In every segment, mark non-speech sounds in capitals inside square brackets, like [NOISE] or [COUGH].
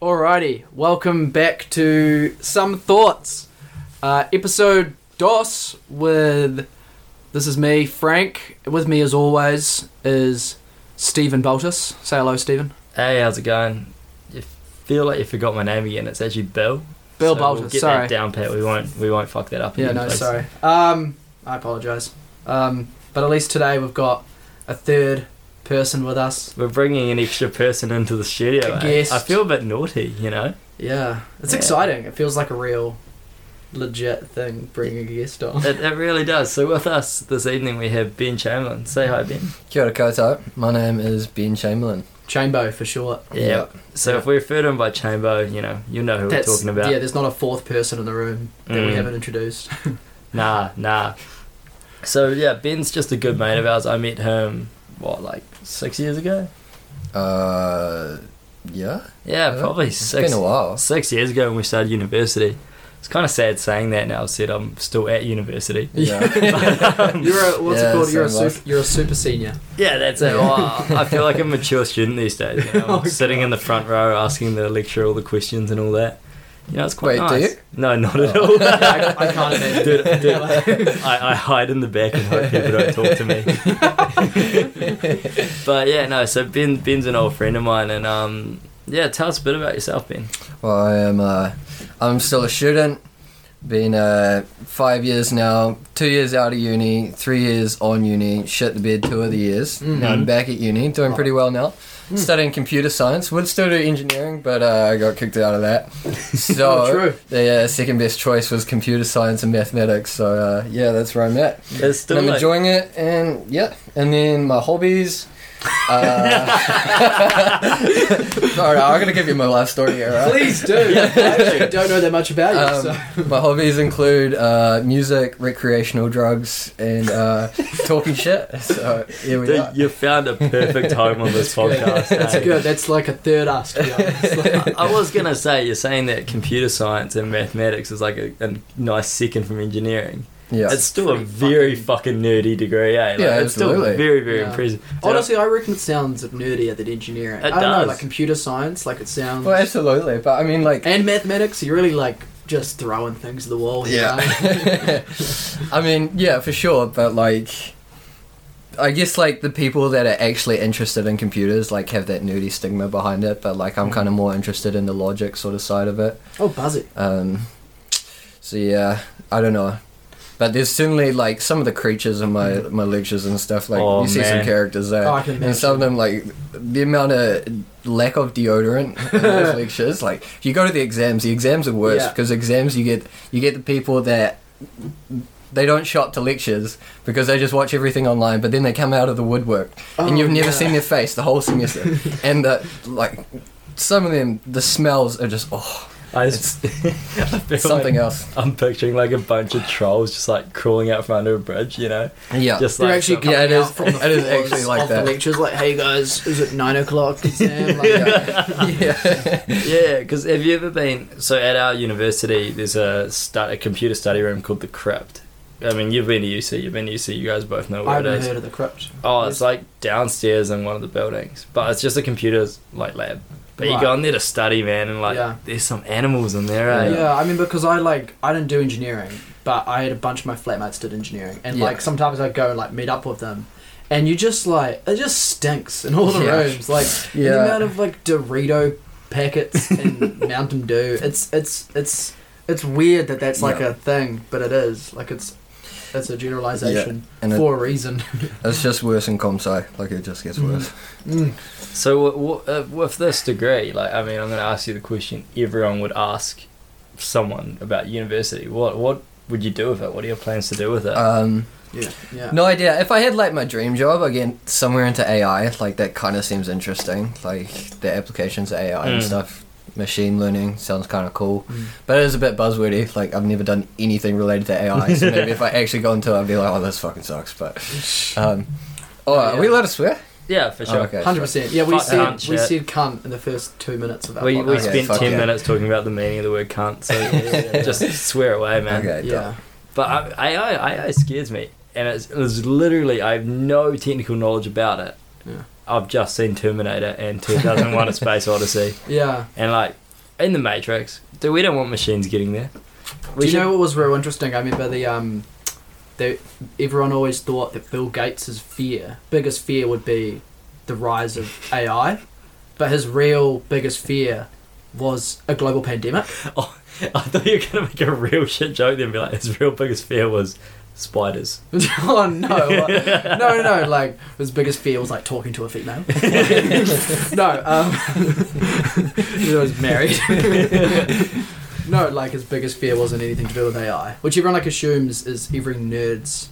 Alrighty, welcome back to Some Thoughts, uh, episode DOS with. This is me, Frank. With me, as always, is Stephen Baltus. Say hello, Stephen. Hey, how's it going? You feel like you forgot my name again. It's actually Bill. Bill So Baltus, We'll get sorry. that down pat. We won't. We won't fuck that up. Yeah, again, no, please. sorry. Um, I apologise. Um, but at least today we've got a third person with us. We're bringing an extra person into the studio. A eh? guest. I feel a bit naughty, [LAUGHS] you know. Yeah, it's Yeah. exciting. It feels like a real, legit thing bringing a guest on. It, it really does. So with us this evening, we have Ben Chamberlain. Say hi, Ben. Kia ora koutou. My name is Ben Chamberlain. Chambo for short. Yeah. So Yeah. if we refer to him by Chambo, you know, you know who That's- we're talking about. Yeah, there's not a fourth person in the room that we Mm. haven't introduced. Nah, nah. So yeah, Ben's just a good mate of ours. I met him what like six years ago. Uh, yeah. Yeah, Yeah. probably It's six. been a while. six years ago when we started university. It's kind of sad saying that now. Said I'm still at university. [LAUGHS] you're a what's Yeah, it called? You're a same life. super, you're a super senior. Yeah, that's it. Wow. I feel like a mature student these days. You know? Oh, I'm sitting God. in the front row asking the lecturer all the questions and all that. You know, it's quite Wait, do nice. you? No, not at Oh. all. I, I can't imagine. Dude, dude, I, I hide in the back and hope people don't talk to me. but yeah, no. So Ben, Ben's an old friend of mine, and um, yeah, tell us a bit about yourself, Ben. Well, I am. Uh, I'm still a student. Been uh, five years now. Two years out of uni. Three years on uni. Shit the bed. Two of the years. Now I'm Mhm. back at uni. Doing pretty well now. Studying computer science. Would still do engineering, but uh, I got kicked out of that. [LAUGHS] So Oh, true. the uh, second best choice was computer science and mathematics. So uh, yeah, that's where I'm at. It's And still I'm like- enjoying it, and yeah, and then my hobbies. [LAUGHS] Uh, all right, I'm gonna give you my life story here. all right? [LAUGHS] Please do. I actually don't know that much about you. Um, so. My hobbies include uh, music, recreational drugs, and uh, talking shit. [LAUGHS] So here we Dude, are. you found a perfect home on [LAUGHS] this podcast. That's eh? good. That's like a third ask. To be [LAUGHS] honest. Like, [LAUGHS] I- I was gonna say you're saying that computer science and mathematics is like a, a nice second from engineering. Yeah, It's still a Pretty very fucking, nerdy degree, eh? Like, Yeah, it's still absolutely. very very Yeah. impressive. So- honestly, I reckon it sounds nerdier than engineering. It I don't know, does. like computer science, like it sounds. well, absolutely. But I mean, like, and mathematics, you're really like just throwing things at the wall. you know? [LAUGHS] Yeah. I mean, yeah, for sure, but like I guess like the people that are actually interested in computers like have that nerdy stigma behind it, but like I'm kind of more interested in the logic sort of side of it. Oh, buzz it. Um so yeah, I don't know. But there's certainly like some of the creatures in my my lectures and stuff like Oh, you see some man. characters there. Oh, I can and some imagine. of them like the amount of lack of deodorant [LAUGHS] in those lectures like if you go to the exams the exams are worse Yeah. because exams you get you get the people that they don't shop to lectures because they just watch everything online but then they come out of the woodwork Oh, and you've never yeah. seen their face the [LAUGHS] whole semester and the like some of them the smells are just oh [LAUGHS] I just, I feel something like else I'm picturing like a bunch of trolls just like crawling out from under a bridge, you know? [LAUGHS] yeah Just They're like actually some- coming Yeah, it out is- from the it is floors actually like of that. the lectures, like, "Hey guys, is it nine [LAUGHS] o'clock exam?" Like, [LAUGHS] yeah [LAUGHS] yeah, because have you ever been? So at our university, there's a stud a computer study room called the Crypt. I mean, you've been to UC, you've been to UC. You guys both know I where it haven't is. heard of the crypt. Oh, it's like downstairs in one of the buildings, but it's just a computers like lab. But you Right. go in there to study, man, and like Yeah. there's some animals in there. Eh? Yeah, I mean because I like I didn't do engineering, but I had a bunch of my flatmates did engineering, and Yeah. like sometimes I go and like meet up with them, and you just like it just stinks in all the Yeah. rooms, like the Yeah. amount of like Dorito packets [LAUGHS] and Mountain Dew. It's it's it's it's weird that that's like Yeah. a thing, but it is like it's it's a generalization and it, for a reason. it's just worse in comp sci like it just gets worse [LAUGHS] Mm. So w- w- uh, with this degree, like I mean, I'm going to ask you the question everyone would ask someone about university. What what would you do with it? What are your plans to do with it? Mm-hmm. Uh, um Yeah, yeah. No idea. If I had like my dream job again, somewhere into AI, like that kind of seems interesting. Like the applications of AI and Mm. stuff, machine learning sounds kind of cool, Mm. but it is a bit buzzwordy. Like I've never done anything related to AI, so maybe if I actually got into it, I'd be like, oh, this fucking sucks. But, um, oh, are we allowed to swear? yeah, for sure. Oh, okay. Hundred percent. Yeah, we Fuck said cunt we shit. said cunt in the first two minutes of our We, we podcast. Okay, spent fuck ten yeah. minutes talking about the meaning of the word cunt, [LAUGHS] so just swear away, man. Okay, yeah, But I, I, I, AI scares me, and it's, it's literally I have no technical knowledge about it. Yeah. [LAUGHS] I've just seen Terminator and 2001: A Space Odyssey, yeah. and like in the Matrix. Do we don't want machines getting there? We Do you should- know what was real interesting? I remember the um, they, everyone always thought that Bill Gates' fear, biggest fear, would be the rise of AI, but his real biggest fear was a global pandemic. [LAUGHS] I thought you were gonna make a real shit joke then be like his real biggest fear was spiders. [LAUGHS] oh no, no, no, no! Like his biggest fear was like talking to a female. no, um, [LAUGHS] he was married. no, like his biggest fear wasn't anything to do with AI, which everyone like assumes is every nerd's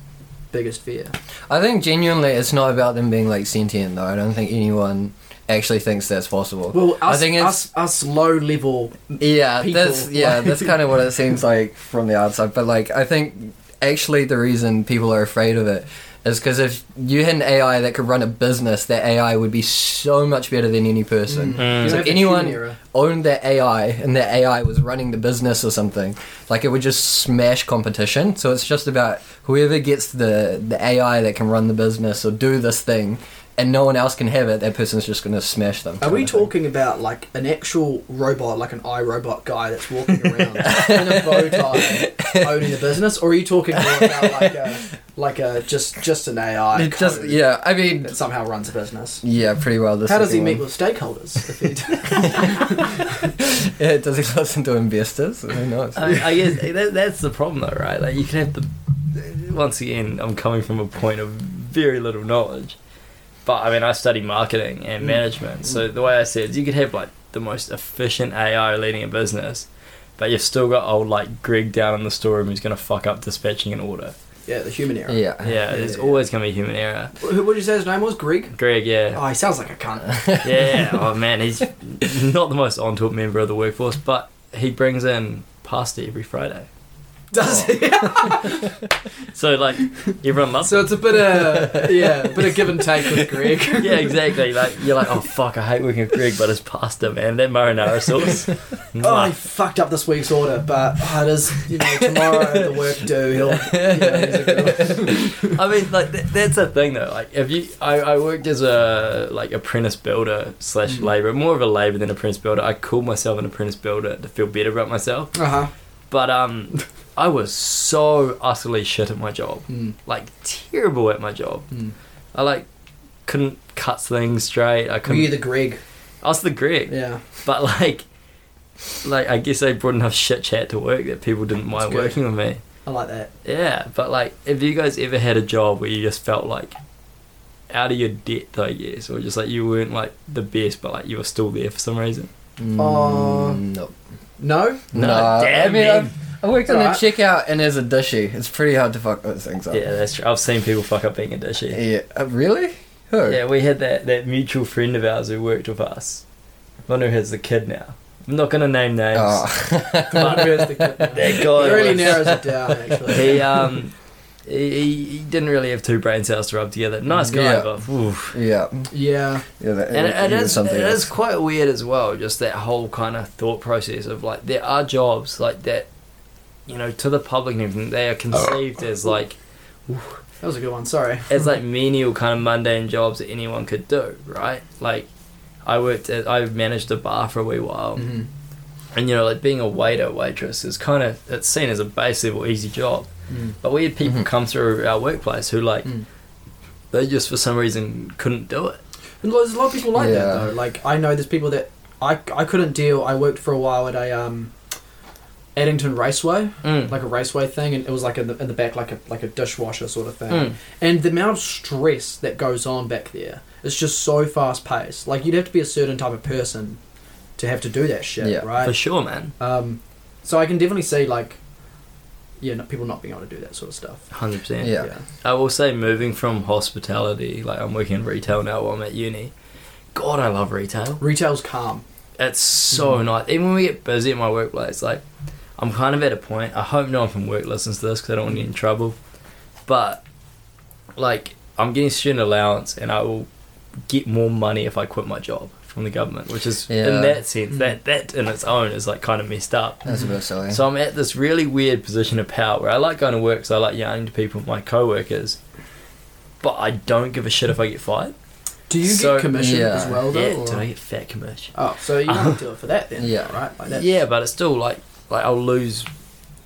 biggest fear. I think genuinely it's not about them being like sentient though. I don't think anyone actually thinks that's possible. Well, us, I think it's- us, us low level. yeah, people, that's [LAUGHS] yeah, like- that's kind of what it seems like from the outside. But like, I think actually the reason people are afraid of it is because if you had an AI that could run a business, that AI would be so much better than any person. Mm. Mm. You So know, the anyone- human era. Owned that AI, and that AI was running the business or something, like it would just smash competition. So it's just about whoever gets the the AI that can run the business or do this thing. And no one else can have it. That person's just going to smash them. Are we kinda thing. talking about like an actual robot, like an iRobot guy that's [LAUGHS] walking around in a bow tie, owning a business, or are you talking more about like a like a just just an AI It just, code yeah, I mean, that somehow runs a business? yeah, pretty well. The How does he second meet one. with stakeholders? If [LAUGHS] he [LAUGHS] Yeah, Eh, does he listen to investors? Who knows? I, I guess that, that's the problem, though, right? Like you can have the. Once again, I'm coming from a point of very little knowledge, but I mean, I study marketing and Mm. management. So the way I see it is, you could have like the most efficient AI leading a business, but you've still got old like Greg down in the storeroom who's going to fuck up dispatching an order. [LAUGHS] yeah, the human era. Yeah, Yeah. there's yeah. always going to be human error. Who would you say his name was? Greg. Greg, yeah, Oh, he sounds like a [LAUGHS] cunt. yeah. [LAUGHS] Oh man, he's not the most onto it member of the workforce, but he brings in pasta every Friday. Does he? So like everyone loves. so it's a bit of yeah, a bit of give and take with Greg. yeah, exactly. Like you're like, oh fuck, I hate working with Greg, but it's pasta, man. That marinara [LAUGHS] sauce. [LAUGHS] Oh, I Mwah. fucked up this week's order, but oh, it is, you know, tomorrow the work due. He'll, you know, he's [LAUGHS] a good one. I mean, like th- that's the thing though. Like, if you, I, I worked as a like apprentice builder slash Mhm. labourer, more of a labourer than apprentice builder. I called myself an apprentice builder to feel better about myself, Uh-huh. but [LAUGHS] um, I was so utterly shit at my job, Hmm. Mm, like terrible at my job. mm. I like couldn't cut things straight. I Were couldn't. you the Greg? I was the Greg. Yeah. But like, like I guess I brought enough shit chat to work that people didn't mind good. working with me. I like that. Yeah, but like, have you guys ever had a job where you just felt like out of your depth, I guess, or just like you weren't like the best, but like you were still there for some reason? Mm, Uh, no. No? No, Nah, damn I mean, it. I've, I worked on the Alright. checkout and as a dishy. It's pretty hard to fuck those things up. Yeah, that's true. I've seen people fuck up being a dishy. Yeah. Uh, really? Who? Yeah, we had that that mutual friend of ours who worked with us. One who has the kid now. I'm not gonna name names. Oh. But Where's [LAUGHS] the kid now? that It guy really was- narrows it down, actually. he um he, he- he didn't really have two brain cells to rub together. Nice guy, Yeah. but oof. [LAUGHS] yeah. Yeah. Yeah. That, And it, it was is it something is else. quite weird as well. Just that whole kind of thought process of like there are jobs like that, you know, to the public and everything. They are conceived as like That was a good one. Sorry. as like menial kind of mundane jobs that anyone could do, right? Like. I worked. At, I managed a bar for a wee while, Mhm. and you know, like being a waiter, waitress is kind of it's seen as a base level easy job. Mm. But we had people Mhm. come through our workplace who like Mm. they just for some reason couldn't do it. And lo- There's a lot of people like Yeah. that, though. Like, I know there's people that... I, I couldn't deal... I worked for a while at a... um. Addington Raceway, Mm. like a raceway thing, and it was like in the, in the back, like a like a dishwasher sort of thing. Mm. And the amount of stress that goes on back there is just so fast paced. Like you'd have to be a certain type of person to have to do that shit, Yeah, right? for sure, man, Um, so I can definitely see like, yeah, no, people not being able to do that sort of stuff. hundred percent. Yeah. I will say, moving from hospitality, like I'm working in retail now while I'm at uni. God, I love retail. Retail's calm. It's so Mm-hmm. nice. Even when we get busy at my workplace, like I'm kind of at a point. I hope no one from work listens to this because I don't want to get in trouble. But like, I'm getting student allowance, and I will get more money if I quit my job from the government, which is in Yeah. that sense Mm. that that in its own is like kind of messed up. That's a bit silly. So I'm at this really weird position of power where I like going to work because I like yarning to people, my co-workers, but I don't give a shit if I get fired. Do you So- get commission yeah. as well, though? yeah, or- dude, I get fat commercial. Oh, so you [LAUGHS] want to do it for that then? Yeah. Right? Like that's- yeah, but it's still like like I'll lose.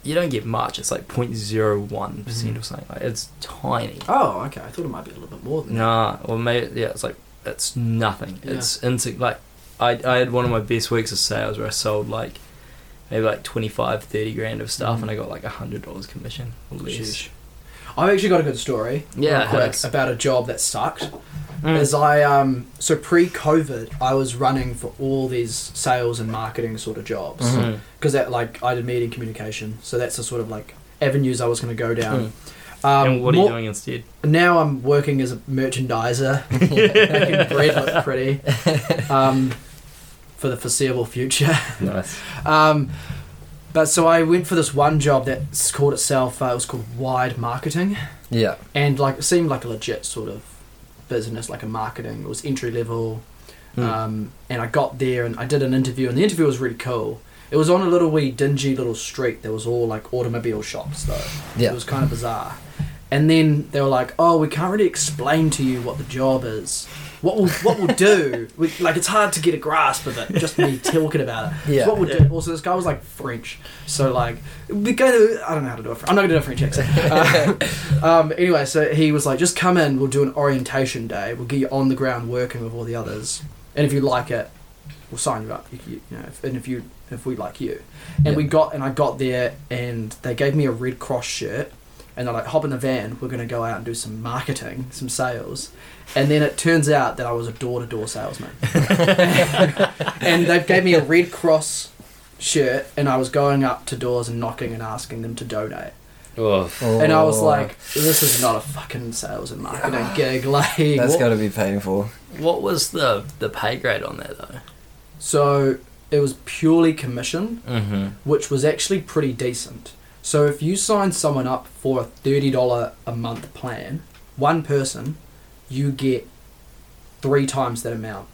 You don't get much. It's like 0.01 percent or something. Like it's tiny. Mm-hmm. Oh, okay. I thought it might be a little bit more than Nah, or maybe yeah. It's like it's nothing. Yeah. It's insig like I I had one of my best weeks of sales where I sold like maybe like 25, 30 grand of stuff, Mhm. and I got like a hundred dollars commission or that. less. Sheesh. I've actually got a good story. Yeah, real quick, it's- about a job that sucked. Mm. Is I um so pre-COVID, I was running for all these sales and marketing sort of jobs because Mm. that like I did media and communication, so that's the sort of like avenues I was going to go down. Um, Mm-hmm. Hmm. and what are more- you doing instead? Now I'm working as a merchandiser, making bread look pretty um, for the foreseeable future. [LAUGHS] Nice. Um, but so I went for this one job that's called itself, uh, it was called Wide Marketing. yeah. And like, it seemed like a legit sort of business, like a marketing. It was entry level. Um, and I got there and I did an interview, and the interview was really cool. It was on a little wee dingy little street that was all like automobile shops, though. Yeah. It was kind of bizarre. And then they were like, "Oh, we can't really explain to you what the job is. What we'll what we'll do, [LAUGHS] we, like it's hard to get a grasp of it. Just me talking about it. Yeah. What we'll do. Also, this guy was like French, so like we go to I don't know how to do a French. I'm not gonna do a French [LAUGHS] accent. Uh, [LAUGHS] um, anyway, so he was like, "Just come in. We'll do an orientation day. We'll get you on the ground working with all the others, and if you like it, we'll sign you up. If you, you know, if, and if you if we like you." And we Yeah. got and I got there and they gave me a Red Cross shirt and they're like, hop in the van, we're gonna go out and do some marketing, some sales. And then it turns out that I was a door to door salesman. [LAUGHS] and they gave me a Red Cross shirt and I was going up to doors and knocking and asking them to donate. And I was Oh, like, this is not a fucking sales and marketing gig, [LAUGHS] like that's what- got to be painful. What was the the pay grade on that though? so it was purely commission. Mm-hmm. which was actually pretty decent. So if you sign someone up for a thirty dollar a month plan, one person, you get three times that amount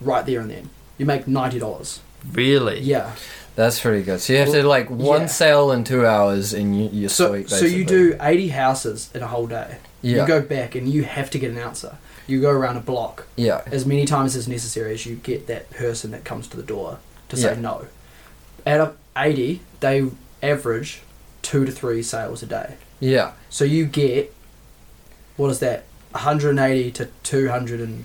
right there and then. You make ninety dollars. Really? Yeah. That's pretty good. So you have to like one Yeah. sale in two hours, and you, you're So sweet. so you basically. do eighty houses in a whole day. Yeah. You go back and you have to get an answer. You go around a block yeah. as many times as necessary as you get that person that comes to the door to Yeah. say no. Out of eighty, they average two to three sales a day. Yeah. So you get what is that? 180 to 200 and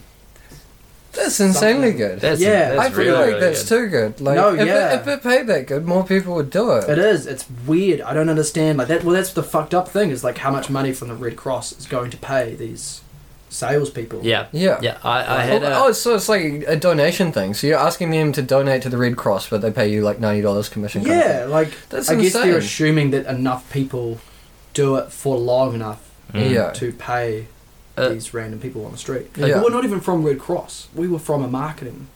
That's insanely Something. good. That's Yeah, that's I feel really, like really that's good. too good. Like, No, if, yeah. it, if it paid that good, more people would do it. it is. It's weird. I don't understand. Like that. Well, that's the fucked up thing is like how much money from the Red Cross is going to pay these salespeople. Yeah. Yeah. Yeah. I, I had a, oh, oh, so it's like a donation thing. So you're asking them to donate to the Red Cross, but they pay you like ninety dollars commission. kind of Yeah. Like That's I guess they're insane. assuming that enough people do it for long enough Mm. Yeah. to pay Uh, these random people on the street. Yeah. Like, We're not even from Red Cross. We were from a marketing.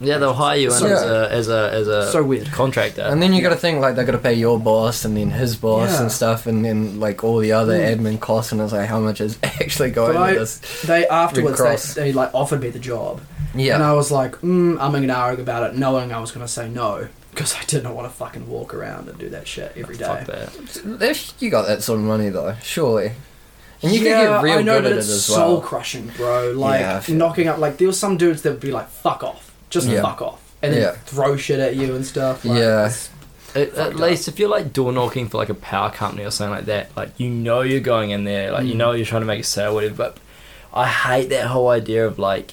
yeah, they'll hire you in So- as a as a as a So weird. contractor. And then you got to think like they got to pay your boss and then his boss Yeah. and stuff, and then like all the other Mm. admin costs, and it's like how much is [LAUGHS] actually going But I- to this? They afterwards Cross. they, they like offered me the job. And Yeah, I was like, mm, I'm an hour about it, knowing I was going to say no because I didn't want to fucking walk around and do that shit every day. Fuck that. if you got that sort of money though, surely, and you yeah, could get real I know, good but at it it's as soul well. crushing, bro. Like Yeah, I feel- knocking up. Like there were some dudes that would be like, "Fuck off, just Yeah. fuck off," and then Yeah. throw shit at you and stuff. Like, Yeah. it's- At, Fucked at least if you're like door knocking for like a power company or something like that, like you know you're going in there, like you Mm. know you're trying to make a sale, whatever. But I hate that whole idea of like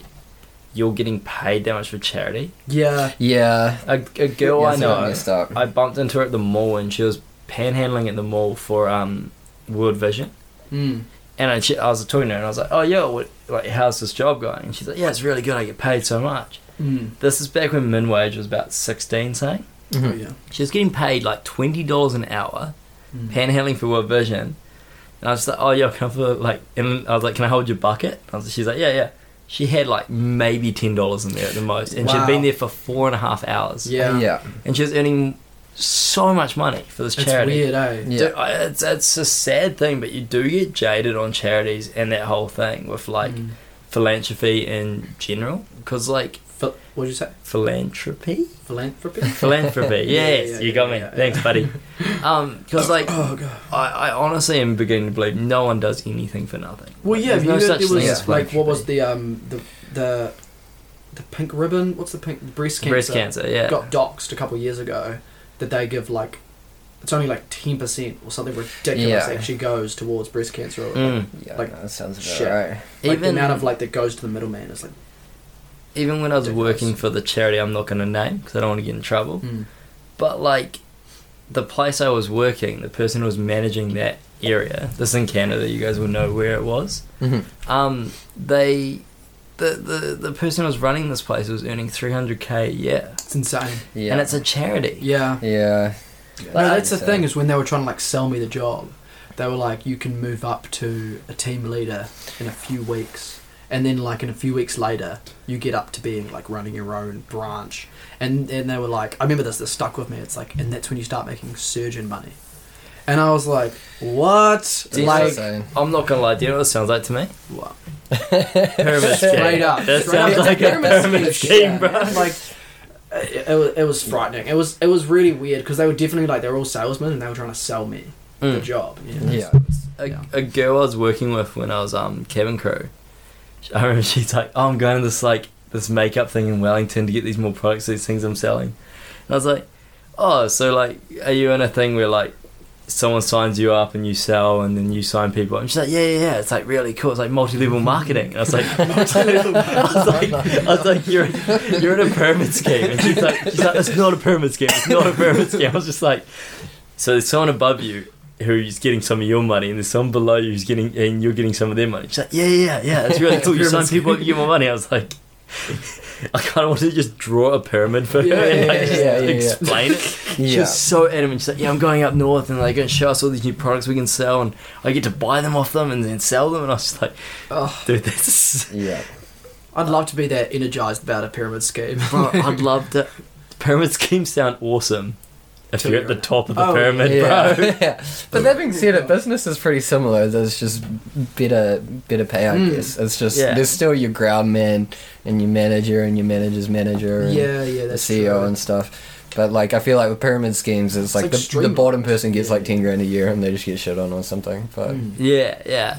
you're getting paid that much for charity. yeah, Yeah, A, a Oh, girl I Yes, got know, messed up. I bumped into her at the mall and she was panhandling at the mall for um World Vision. mm. And I, she, I was talking to her, and I was like, "Oh, yo, what, like, how's this job going?" And she's like, "Yeah, it's really good. I get paid so much." Mm-hmm. Mm. This is back when min wage was about sixteen, saying Oh, Mhm. yeah. she was getting paid like twenty dollars an hour, Mm. panhandling for World Vision. And I was just like, "Oh, yo, can I put, like?" And I was like, "Can I hold your bucket?" And I was, she's like, "Yeah, yeah." She had like maybe ten dollars in there at the most, and she'd Wow. been there for four and a half hours. yeah, yeah, and she was earning so much money for this It's charity. weird, eh? yeah. Dude, I- it's it's a sad thing, but you do get jaded on charities and that whole thing with like Mm. philanthropy in general, because like Phil- what did you say? philanthropy, Philanthropy. [LAUGHS] philanthropy. Yeah, yeah, yes, yeah, you got yeah, me. yeah, Thanks, buddy. [LAUGHS] Um, because like oh god. I, I honestly am beginning to believe no one does anything for nothing. Well, yeah, There's you no know, such there thing was as like what was philanthropy. the um the the the pink ribbon. What's the pink breast cancer? breast cancer. Yeah, Got doxxed a couple years ago. That they give like it's only like ten percent or something ridiculous Yeah. actually goes towards breast cancer. Or, Mm. Yeah, Like, no, that sounds about shit. right. Like the even amount of like that goes to the middleman is like even when I was Ridiculous. working for the charity, I'm not going to name because I don't want to get in trouble. mm. But like the place I was working, the person who was managing that area, this in Canada, you guys will know where it was. Mhm. Um, they, the, the the person who was running this place was earning 300k a year, it's insane. Yeah, and it's a charity. Yeah. yeah, No, that's the so- thing is when they were trying to like sell me the job, they were like, "You can move up to a team leader in a few weeks," and then like in a few weeks later, you get up to being like running your own branch, and and they were like, "I remember this. This stuck with me. It's like, and that's when you start making surgeon money," and I was like, "What? That's Like, insane. I'm not gonna lie, do you know what it sounds like to me? what? [LAUGHS] Pyramid scheme. [LAUGHS] Straight up. That Straight sounds up, like a pyramid pyramid scheme, shit, bro. man. Like, it, it, was, it was frightening. It was it was really weird because they were definitely like they were all salesmen and they were trying to sell me the Mm. job. You know? Yeah, a, Yeah. a girl I was working with when I was um cabin crew. sh- I remember [LAUGHS] she's like, "Oh, I'm going to this like this makeup thing in Wellington to get these more products, these things I'm selling." And I was like, "Oh, so like, are you in a thing where like someone signs you up and you sell, and then you sign people?" And she's like, "Yeah, yeah, yeah. It's like really cool. It's like multi-level marketing." And I was like. [LAUGHS] I was like, I was like, you're you're in a pyramid scheme, and she's like, she's like, it's not a pyramid scheme, it's not a pyramid scheme. I was just like, so there's someone above you who's getting some of your money, and there's someone below you who's getting, and you're getting some of their money. She's like, yeah, yeah, yeah, it's really cool. You sign people up, you get more money. I was like, [LAUGHS] I kind of wanted to just draw a pyramid for her Yeah, and like, yeah, just yeah, yeah, yeah. explain it. She yeah. was so adamant. She's like, "Yeah, I'm going up north, and they're going to show us all these new products we can sell, and I get to buy them off them and then sell them." And I was just like, Ugh. "Dude, that's [LAUGHS] yeah. I'd love to be that energized about a pyramid scheme. Bro, I'd love to. [LAUGHS] Pyramid schemes sound awesome. If Till you're at you're the at- top of the Oh, pyramid, yeah. bro. [LAUGHS] yeah. But that being said, a Mm. business is pretty similar. There's just better, better pay, I Mm. guess. It's just Yeah. there's still your ground man and your manager and your manager's manager and yeah, yeah, the that's CEO true. and stuff. But like, I feel like with pyramid schemes, it's, like, like the, the streamlined. bottom person gets Yeah. like ten grand a year and they just get shit on or something. But Mm. Yeah, yeah.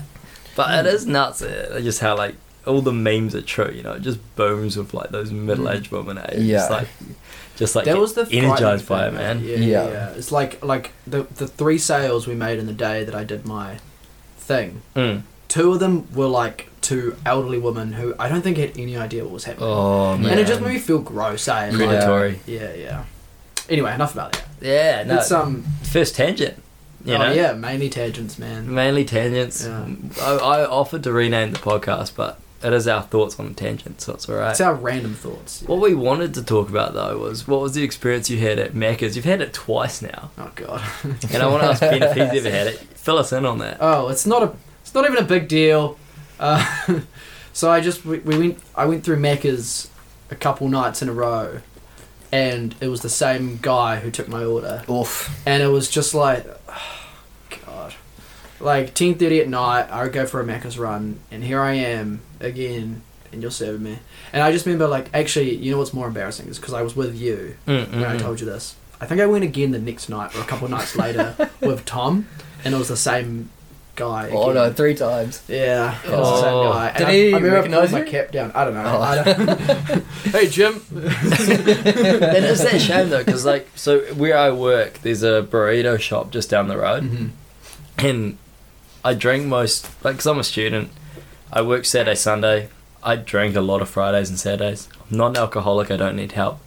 But it is nuts. eh, Just how like all the memes are true. You know, it just booms with like those middle-aged women. Eh? Yeah. Just like, just like that was the energized by it, frightening man. thing, Yeah, yeah, Yeah. yeah. It's like like the the three sales we made in the day that I did my thing. Mm. Two of them were like to elderly women who I don't think had any idea what was happening, Oh man. man. and it just made me feel gross. Eh? And, like, predatory. yeah, yeah. Anyway, enough about that. Yeah. No. It's um, first tangent. You oh, know. yeah, mainly tangents, man. Mainly tangents. Yeah. I, I offered to rename the podcast, but it is our thoughts on tangents, so it's alright. It's our random thoughts. What we wanted to talk about though was what was the experience you had at Macca's? You've had it twice now, Oh god. [LAUGHS] and I want to ask Ben if he's ever had it. Fill us in on that. Oh, it's not a, it's not even a big deal. Uh, [LAUGHS] so I just we, we went I went through Macca's a couple nights in a row, and it was the same guy who took my order, oof, and it was just like, [SIGHS] God, like ten thirty at night I would go for a Macca's run, and here I am again, and you're serving me, and I just remember like actually you know what's more embarrassing is because I was with you Mm, mm, when I mm. told you this. I think I went again the next night or a couple nights later with Tom, and it was the same guy. oh again. no, three times. Yeah, it was the Oh. same guy. And Did I- he I remember I recognise pulled my you? cap down. I don't know. Oh. I don't... hey, Jim. [LAUGHS] That is that shame though, because like, so where I work, there's a burrito shop just down the road, Oh, and I drink most, like, because I'm a student. I work Saturday, Sunday. I drink a lot of Fridays and Saturdays. I'm not an alcoholic. I don't need help.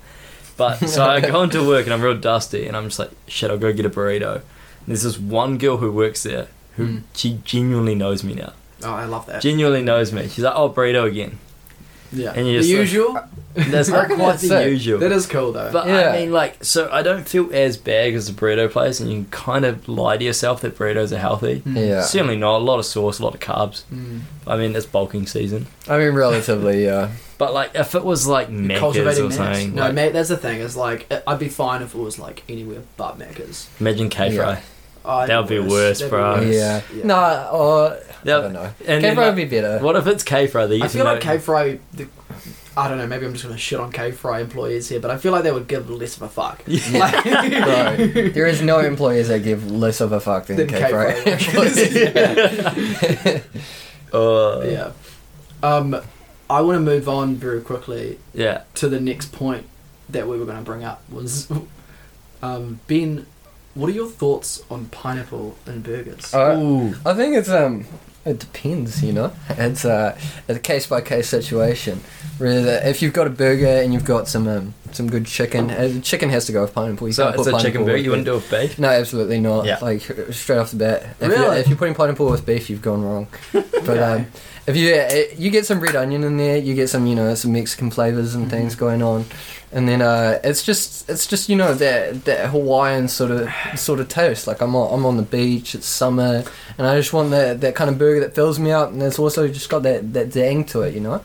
But so I go into work and I'm real dusty, and I'm just like, shit. I'll go get a burrito. And there's this one girl who works there who Mm. she genuinely knows me now. Oh, I love that. Genuinely knows me. She's like, oh, burrito again. Yeah, And you the just like- usual. [LAUGHS] That's I not reckon quite that's the it. usual. That is cool though. But Yeah. I mean, like, so I don't feel as bad as the burrito place, and you can kind of lie to yourself that burritos are healthy. Mm. Yeah, Certainly not. A lot of sauce, a lot of carbs. Mm. I mean, it's bulking season. I mean relatively. [LAUGHS] Yeah, But like, if it was like Macca's Cultivating or Macca's. something, No, like, mate, that's the thing. Is like it- I'd be fine if it was like anywhere but Macca's. imagine K fry. I'd That would be worse, That'd bro. worse. yeah. No, or I don't know. And K then, fry would like, be better. [LAUGHS] what if it's K fry? I feel like K Fry. The, I don't know. Maybe I'm just gonna shit on K Fry employees here, but I feel like they would give less of a fuck. [LAUGHS] [LAUGHS] Like, Bro, there is no employees that give less of a fuck than Than K Fry K-Fry [LAUGHS] [LAUGHS] employees. yeah. Um, I want to move on very quickly Yeah. to the next point that we were going to bring up was [LAUGHS] um, Ben. What are your thoughts on pineapple in burgers? Uh, Ooh. I think it's um, it depends, you know. It's uh, it's a case by case situation. Really, that if you've got a burger and you've got some um, some good chicken, uh, the chicken has to go with pineapple. You So can't it's put a pineapple chicken burger. with You wouldn't it. do a beef? No, absolutely not. Yeah. Like straight off the bat, if, you're, Really? if you're putting pineapple with beef, you've gone wrong. But um, if you uh, you get some red onion in there, you get some you know some Mexican flavors and things going on, and then uh, it's just it's just you know that that Hawaiian sort of sort of taste. Like I'm on, I'm on the beach, it's summer, and I just want that that kind of burger that fills me up, and it's also just got that that zing to it, you know.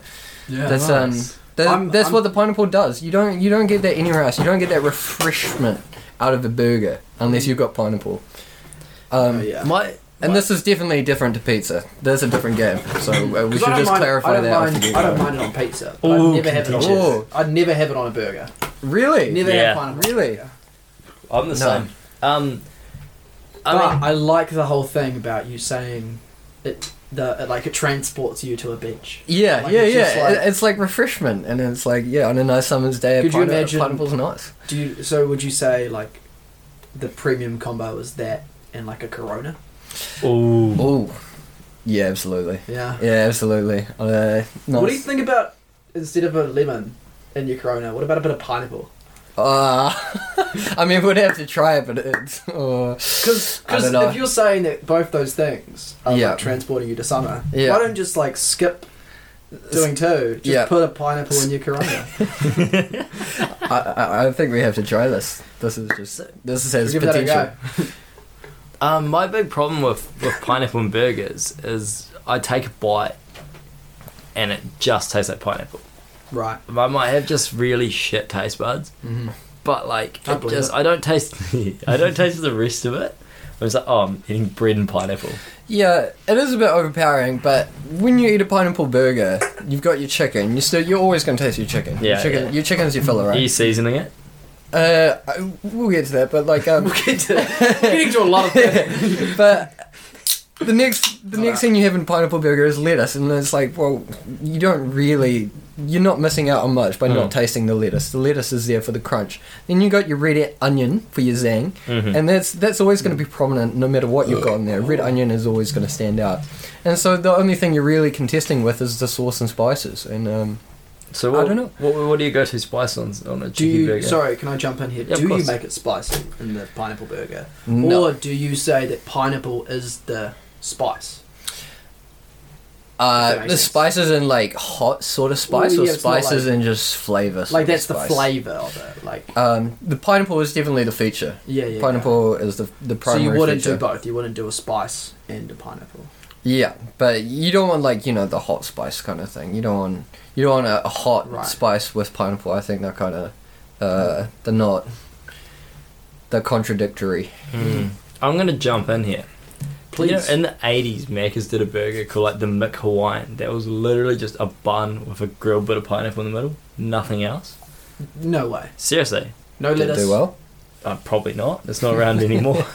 yeah, that's, um, That, I'm- that's I'm- what the pineapple does. You don't you don't get that anywhere else. You don't get that refreshment out of a burger unless you've got pineapple. Um, Oh, yeah. My, And this is definitely different to pizza. That's a different game. So uh, we 'Cause I should don't mind- just I clarify don't that. Mind, after we I don't go. mind it on pizza. but I'd Ooh, never have it on. contentious. I'd never have it on a burger. Really? Never Yeah. have pineapple. Really? On a burger. I'm the No. same. Um, I but mean, I like the whole thing about you saying it. The it, like it transports you to a beach. Yeah, Like, yeah, it's yeah. just like- It- it's like refreshment, and it's like yeah, on a nice summer's day, Could you pine- imagine- pineapple's nice. Do you, so? Would you say like the premium combo is that and like a Corona? ooh. Oh, yeah, absolutely. Yeah. Yeah, absolutely. Uh, nice. What do you think about instead of a lemon in your Corona? What about a bit of pineapple? Uh, [LAUGHS] I mean, we'd have to try it, but it's. Uh, Because I don't know. if you're saying that both those things are Yeah. like transporting you to summer, Yeah. why don't just like skip doing two? Just Yeah. put a pineapple in your [LAUGHS] Corona. I, I, I think we have to try this. This is just this is has Give that a potential. go. Um, my big problem with, with pineapple and burgers is I take a bite and it just tastes like pineapple. Right. [LAUGHS] I might have just really shit taste buds, Mhm. but like I I believe just it. I don't taste [LAUGHS] I don't taste the rest of it. I was like, oh, I'm eating bread and pineapple. Yeah, it is a bit overpowering, but when you eat a pineapple burger, you've got your chicken. You still, you're always going to taste your chicken. Yeah, your chicken, yeah. your chicken's your filler, Are you right? seasoning it? Uh, I- we'll get to that, but like, [LAUGHS] um, We'll get to, we're getting to a lot of [LAUGHS] things. but the next, the All next right. thing you have in pineapple burger is lettuce, and it's like, well, you don't really, you're not missing out on much by Mm. not Hmm. tasting the lettuce. The lettuce is there for the crunch. Then you got your red onion for your zing, Mm-hmm. and that's that's always going to be prominent no matter what you've got in there. Red onion is always going to stand out, and so the only thing you're really contesting with is the sauce and spices. And um, so I what, don't know. What, what do you go to spice on on a Do chicken you? burger? Sorry, can I jump in here? Yeah, of do you course. make it spicy in the pineapple burger, no, or do you say that pineapple is the spice? uh, that makes the sense. spices in like hot sort of spice, Ooh, yeah, or it's not spices like- and just flavor. sort Like of that's the spice. flavour of it. Like Uh, Um, the pineapple is definitely the feature. yeah, yeah. Pineapple is the the yeah. So primary. you wouldn't feature. do both. You wouldn't do a spice and a pineapple. Yeah, but you don't want like you know the hot spice kind of thing. You don't want you don't want a, a hot Right. spice with pineapple. I think they're kind of uh, they're not they're contradictory. Mm. I'm gonna jump in here. Please. You know, in the 80s, Macca's did a burger called like the Mick Hawaiian. That was literally just a bun with a grilled bit of pineapple in the middle, nothing else. No way. Seriously, No Did lettuce. do well. uh, probably not. It's not [LAUGHS] around anymore. [LAUGHS]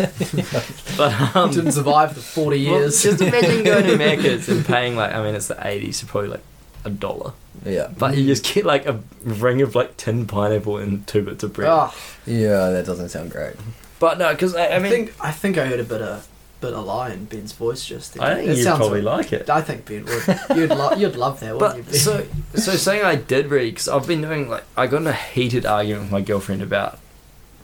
but um, Didn't survive for forty well, years. just imagine [LAUGHS] going to Macca's and paying like I mean it's the 80s, so probably like a dollar. Yeah, But you just get like a ring of like tin pineapple and two bits of bread. Ah, yeah, that doesn't sound great. But no, because I, I I mean, think I think I heard a bit of bit of lie in Ben's voice just. Then. I think It you sounds probably like- like it. I think Ben would. You'd, lo- you'd love [LAUGHS] that, wouldn't you? But Ben? so, so saying I did read because I've been doing like I got in a heated argument with my girlfriend about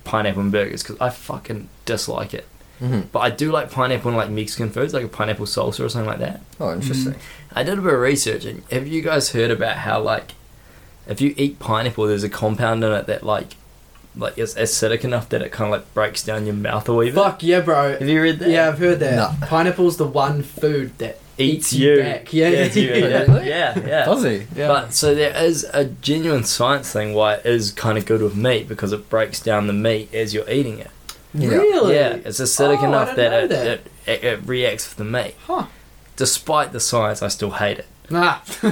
pineapple and burgers because I fucking dislike it. hmm But I do like pineapple and like Mexican foods, like a pineapple salsa or something like that. Oh, interesting. I did a bit of research, and have you guys heard about how like if you eat pineapple, there's a compound in it that like like is acidic enough that it kind of like breaks down your mouth a wee bit. Fuck yeah, bro. Have you read that? Yeah, I've heard that. No. Pineapple's the one food that eats you. back. Yeah, yeah, yeah, [LAUGHS] you eat it. Really? yeah, Mm. yeah. Does he? Yeah. But so there is a genuine science thing why it is kind of good with meat because it breaks down the meat as you're eating it. Yeah. Really? Yeah, it's acidic Oh, I didn't enough that know it, that. It, it it reacts with the meat. Huh. Despite the science, I still hate it. Nah. [LAUGHS]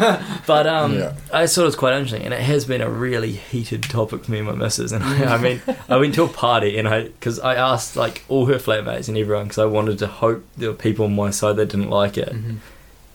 But um, Yeah. I thought it was quite interesting, and it has been a really heated topic for me and my missus. And [LAUGHS] I, I mean, I went to a party, and I because I asked like all her flatmates and everyone because I wanted to hope there were people on my side that didn't like it.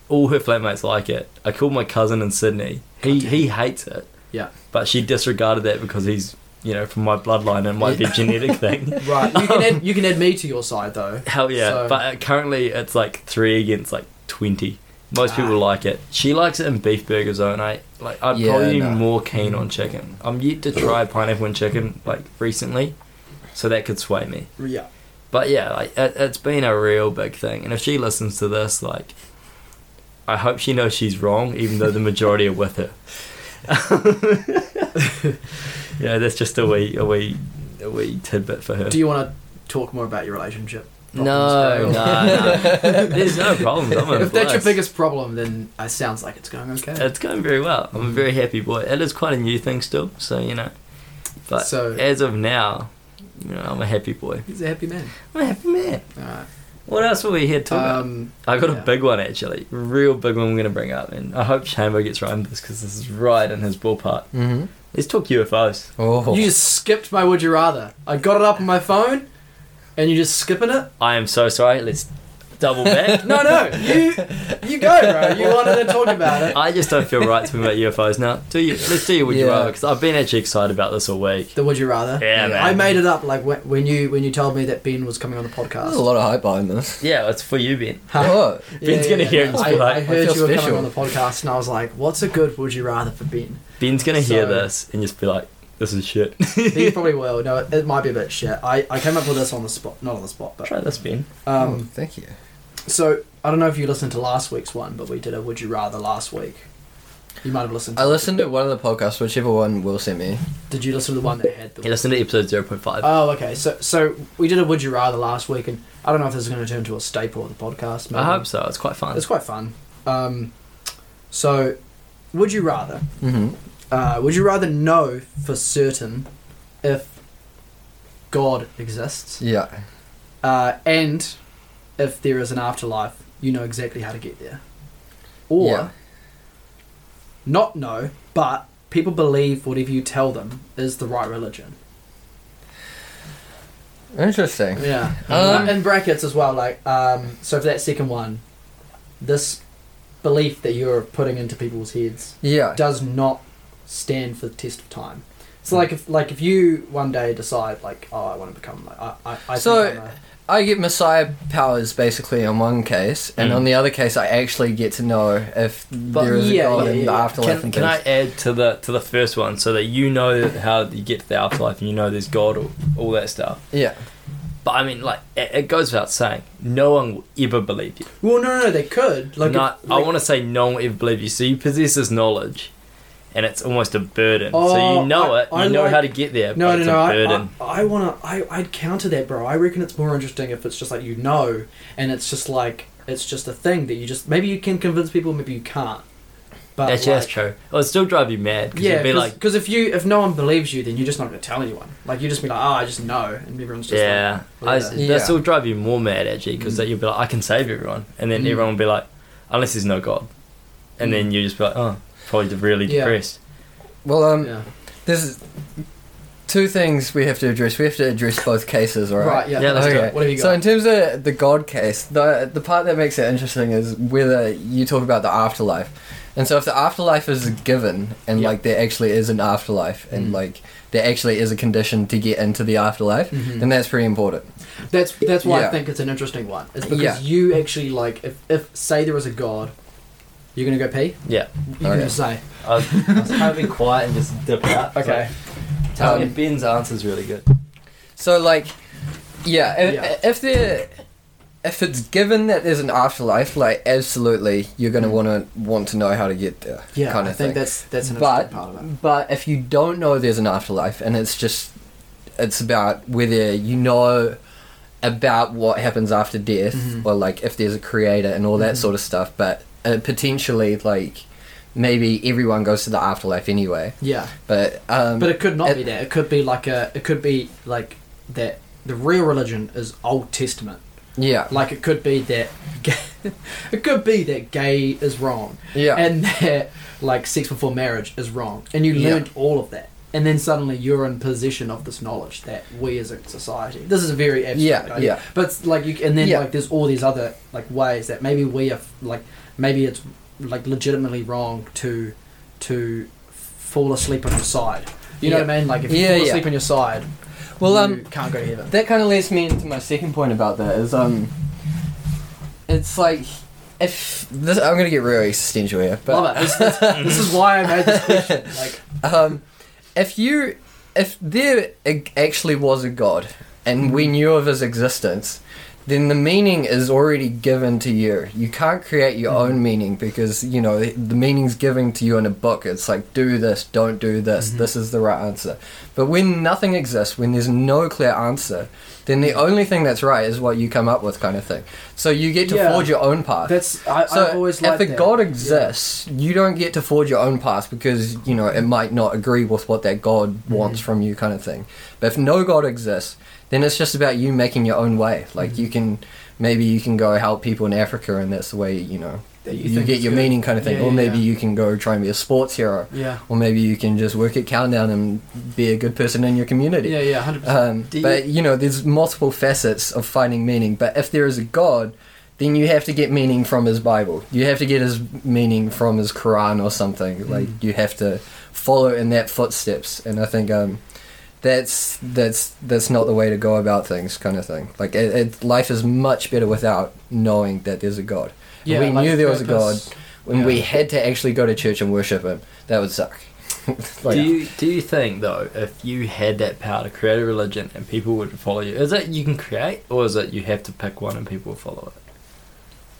all her flatmates like it. I called my cousin in Sydney. He he hates it. Yeah. But she disregarded that because he's you know from my bloodline and it might be a genetic [LAUGHS] thing. Right. You can add, you can add me to your side though. Hell yeah! So- But uh, currently it's like three against like twenty. Ah. Most people like it. She likes it in beef burgers though, and I like. I'm Yeah, probably no. more keen on chicken. I'm yet to try pineapple and chicken like recently, so that could sway me. Yeah. But yeah, like it, it's been a real big thing, and if she listens to this, like, I hope she knows she's wrong, even though the majority are with her. [LAUGHS] yeah, that's just a wee, a wee, a wee tidbit for her. Do you want to talk more about your relationship? no, no, no. [LAUGHS] There's no problems. I'm if that's your blessed. biggest problem, then it sounds like it's going okay. It's going very well. I'm a very happy boy. It is quite a new thing still, so you know. But So- as of now, you know, I'm a happy boy. He's a happy man. I'm a happy man. All right. What else were we here to talk about? Um, I got yeah. a big one actually, real big one. We're going to bring up, and I hope Chambo gets right in this because this is right in his ballpark. Mm-hmm. Let's talk UFOs. Oh. [LAUGHS] You just skipped my would you rather. I got it up on my phone, and you're just skipping it. I am so sorry. Let's double [LAUGHS] back. No, no, you you go, bro. You wanted to talk about it. I just don't feel right talking about UFOs now. Do you? Let's do your would you Yeah. rather because I've been actually excited about this all week. The would you rather? Yeah, man. I made it up like when, when you when you told me that Ben was coming on the There's a podcast. lot of hype behind this. Yeah, it's for you, Ben. Huh? Oh, Ben's gonna hear it and just I, be like, I "I heard feel you were special." coming on the podcast, and I was like, "What's a good would you rather for Ben?" Ben's going to hear So- this and just be like, "This is [LAUGHS] shit." he probably will. No, it, it might be a bit shit. I, I came up with this on the spot, not on the spot, but Try this, Ben. oh, um. thank you. So I don't know if you listened to last week's one, but we did a would you rather last week. You might have listened. I to it. listened to one of the podcasts, whichever one Will sent me. Did you listen to the one that had the? Yeah, listen to episode 0.5. Oh, okay. So, so we did a would you rather last week, and I don't know if this is going to turn into a staple of the podcast. I hope so. It's quite fun. It's quite fun. Um, so, would you rather? Mm-hmm. Uh, would you rather know for certain if God exists, Yeah. uh, and if there is an afterlife, you know exactly how to get there, or Yeah. not know, but people believe whatever you tell them is the right religion. Interesting. [LAUGHS] Yeah. Um, in brackets as well, like, um, so for that second one, this belief that you're putting into people's heads Yeah. does not stand for the test of time. Hmm. So like if like if you one day decide like oh I want to become like I I, I So- think I'm a, I get Messiah powers basically in one case, and Mm. on the other case, I actually get to know if there is yeah, a yeah, God in yeah, the yeah. afterlife. Can, and can I things. add to the to the first one so that you know how you get to the afterlife and you know there's God or all that stuff? Yeah. But I mean, like it, it goes without saying, no one will ever believe you. well no no no they could like, Not- if- I like- want to say no one will ever believe you. So you possess this knowledge, and it's almost a burden. so Oh, you know I- it, you I know like- how to get there. no but no it's no a I, I, burden. I want to I I'd counter that bro I reckon it's more interesting if it's just like you know and it's just like it's just a thing that you just maybe you can convince people maybe you can't but that's, like, that's true. It'll still drive you mad because Yeah, you'll be like, because if you if no one believes you, then you're just not going to tell anyone. Like you just be like, oh, I just know, and everyone's just yeah, I, like, that's Yeah. will drive you more mad actually because that you'll be like, I can save everyone, and then Mm. everyone will be like, unless there's no God, and then you just be like, oh, probably really Yeah. depressed. Well, um, yeah. there's two things we have to address. We have to address both cases, all right, right? yeah, Yeah, let's okay. do What have you So got? in terms of the God case, the the part that makes it interesting is whether you talk about the afterlife. And so if the afterlife is a given and Yeah. like there actually is an afterlife and Mm. like there actually is a condition to get into the afterlife, Mhm. then that's pretty important. that's that's why I yeah. think it's an interesting one. It's because Yeah. you actually like if if say there was a god, you're going to go pee. Yeah, You can Okay. just say I was, I was trying to be quiet and just dip out. Um, me Ben's answer's really good. So like, yeah, if, Yeah. if there, if it's given that there's an afterlife, like absolutely, you're gonna want to want to know how to get there. Mm. yeah. kind I of think thing. that's that's an But- interesting part of it. But if you don't know there's an afterlife, and it's just, it's about whether you know about what happens after death, Mhm. or like if there's a creator and all that Mhm. sort of stuff. But uh, potentially, like, maybe everyone goes to the afterlife anyway. Yeah, But um, but it could not it- be that. It could be like a. It could be like that. The real religion is Old Testament. yeah, Like it could be that. [LAUGHS] it could be that gay is wrong. yeah, [LAUGHS] and that like sex before marriage is wrong and you Yeah. learned all of that and then suddenly you're in possession of this knowledge that we as a society. This is a very abstract Yeah, idea, yeah. but it's like you, and then Yeah. like there's all these other like ways that maybe we are like maybe it's like legitimately wrong to to fall asleep on your side. You know what I mean? Like if you Yeah, fall yeah. asleep on your side, Well, you um, can't go to heaven. that kind of leads me into my second point about that is um, it's like if this I'm gonna get real existential here, but Love it. This, [LAUGHS] this, this is why I made this question. Like, um, if you if there ac- actually was a god and we Mm-hmm. knew of his existence then the meaning is already given to you you can't create your Mm-hmm. own meaning because you know the meaning's given to you in a book it's like do this don't do this Mm-hmm. this is the right answer but when nothing exists when there's no clear answer then the only thing that's right is what you come up with kind of thing so you get to Yeah. forge your own path that's I, so I've always if liked a that. god Yeah. exists, you don't get to forge your own path because you know it might not agree with what that god Mm-hmm. wants from you, kind of thing. But if no god exists, then it's just about you making your own way. Like Mm-hmm. you can maybe you can go help people in Africa, and that's the way you know That you you, think get is your good. meaning, kind of thing. Yeah, or yeah, maybe yeah. you can go try and be a sports hero, Yeah. or maybe you can just work at Countdown and be a good person in your community. Yeah, yeah, hundred percent. Um, Do but you know, there's multiple facets of finding meaning. But if there is a God, then you have to get meaning from His Bible. You have to get His meaning from His Quran or something. Like you have to follow in that footsteps. And I think um, that's that's that's not the way to go about things, kind of thing. Like it, it, life is much better without knowing that there's a God. Yeah, we like knew there was a purpose. God. When we had to actually go to church and worship Him, that would suck. [LAUGHS] Like- do you do you think though, if you had that power to create a religion and people would follow you, is it you can create or is it you have to pick one and people will follow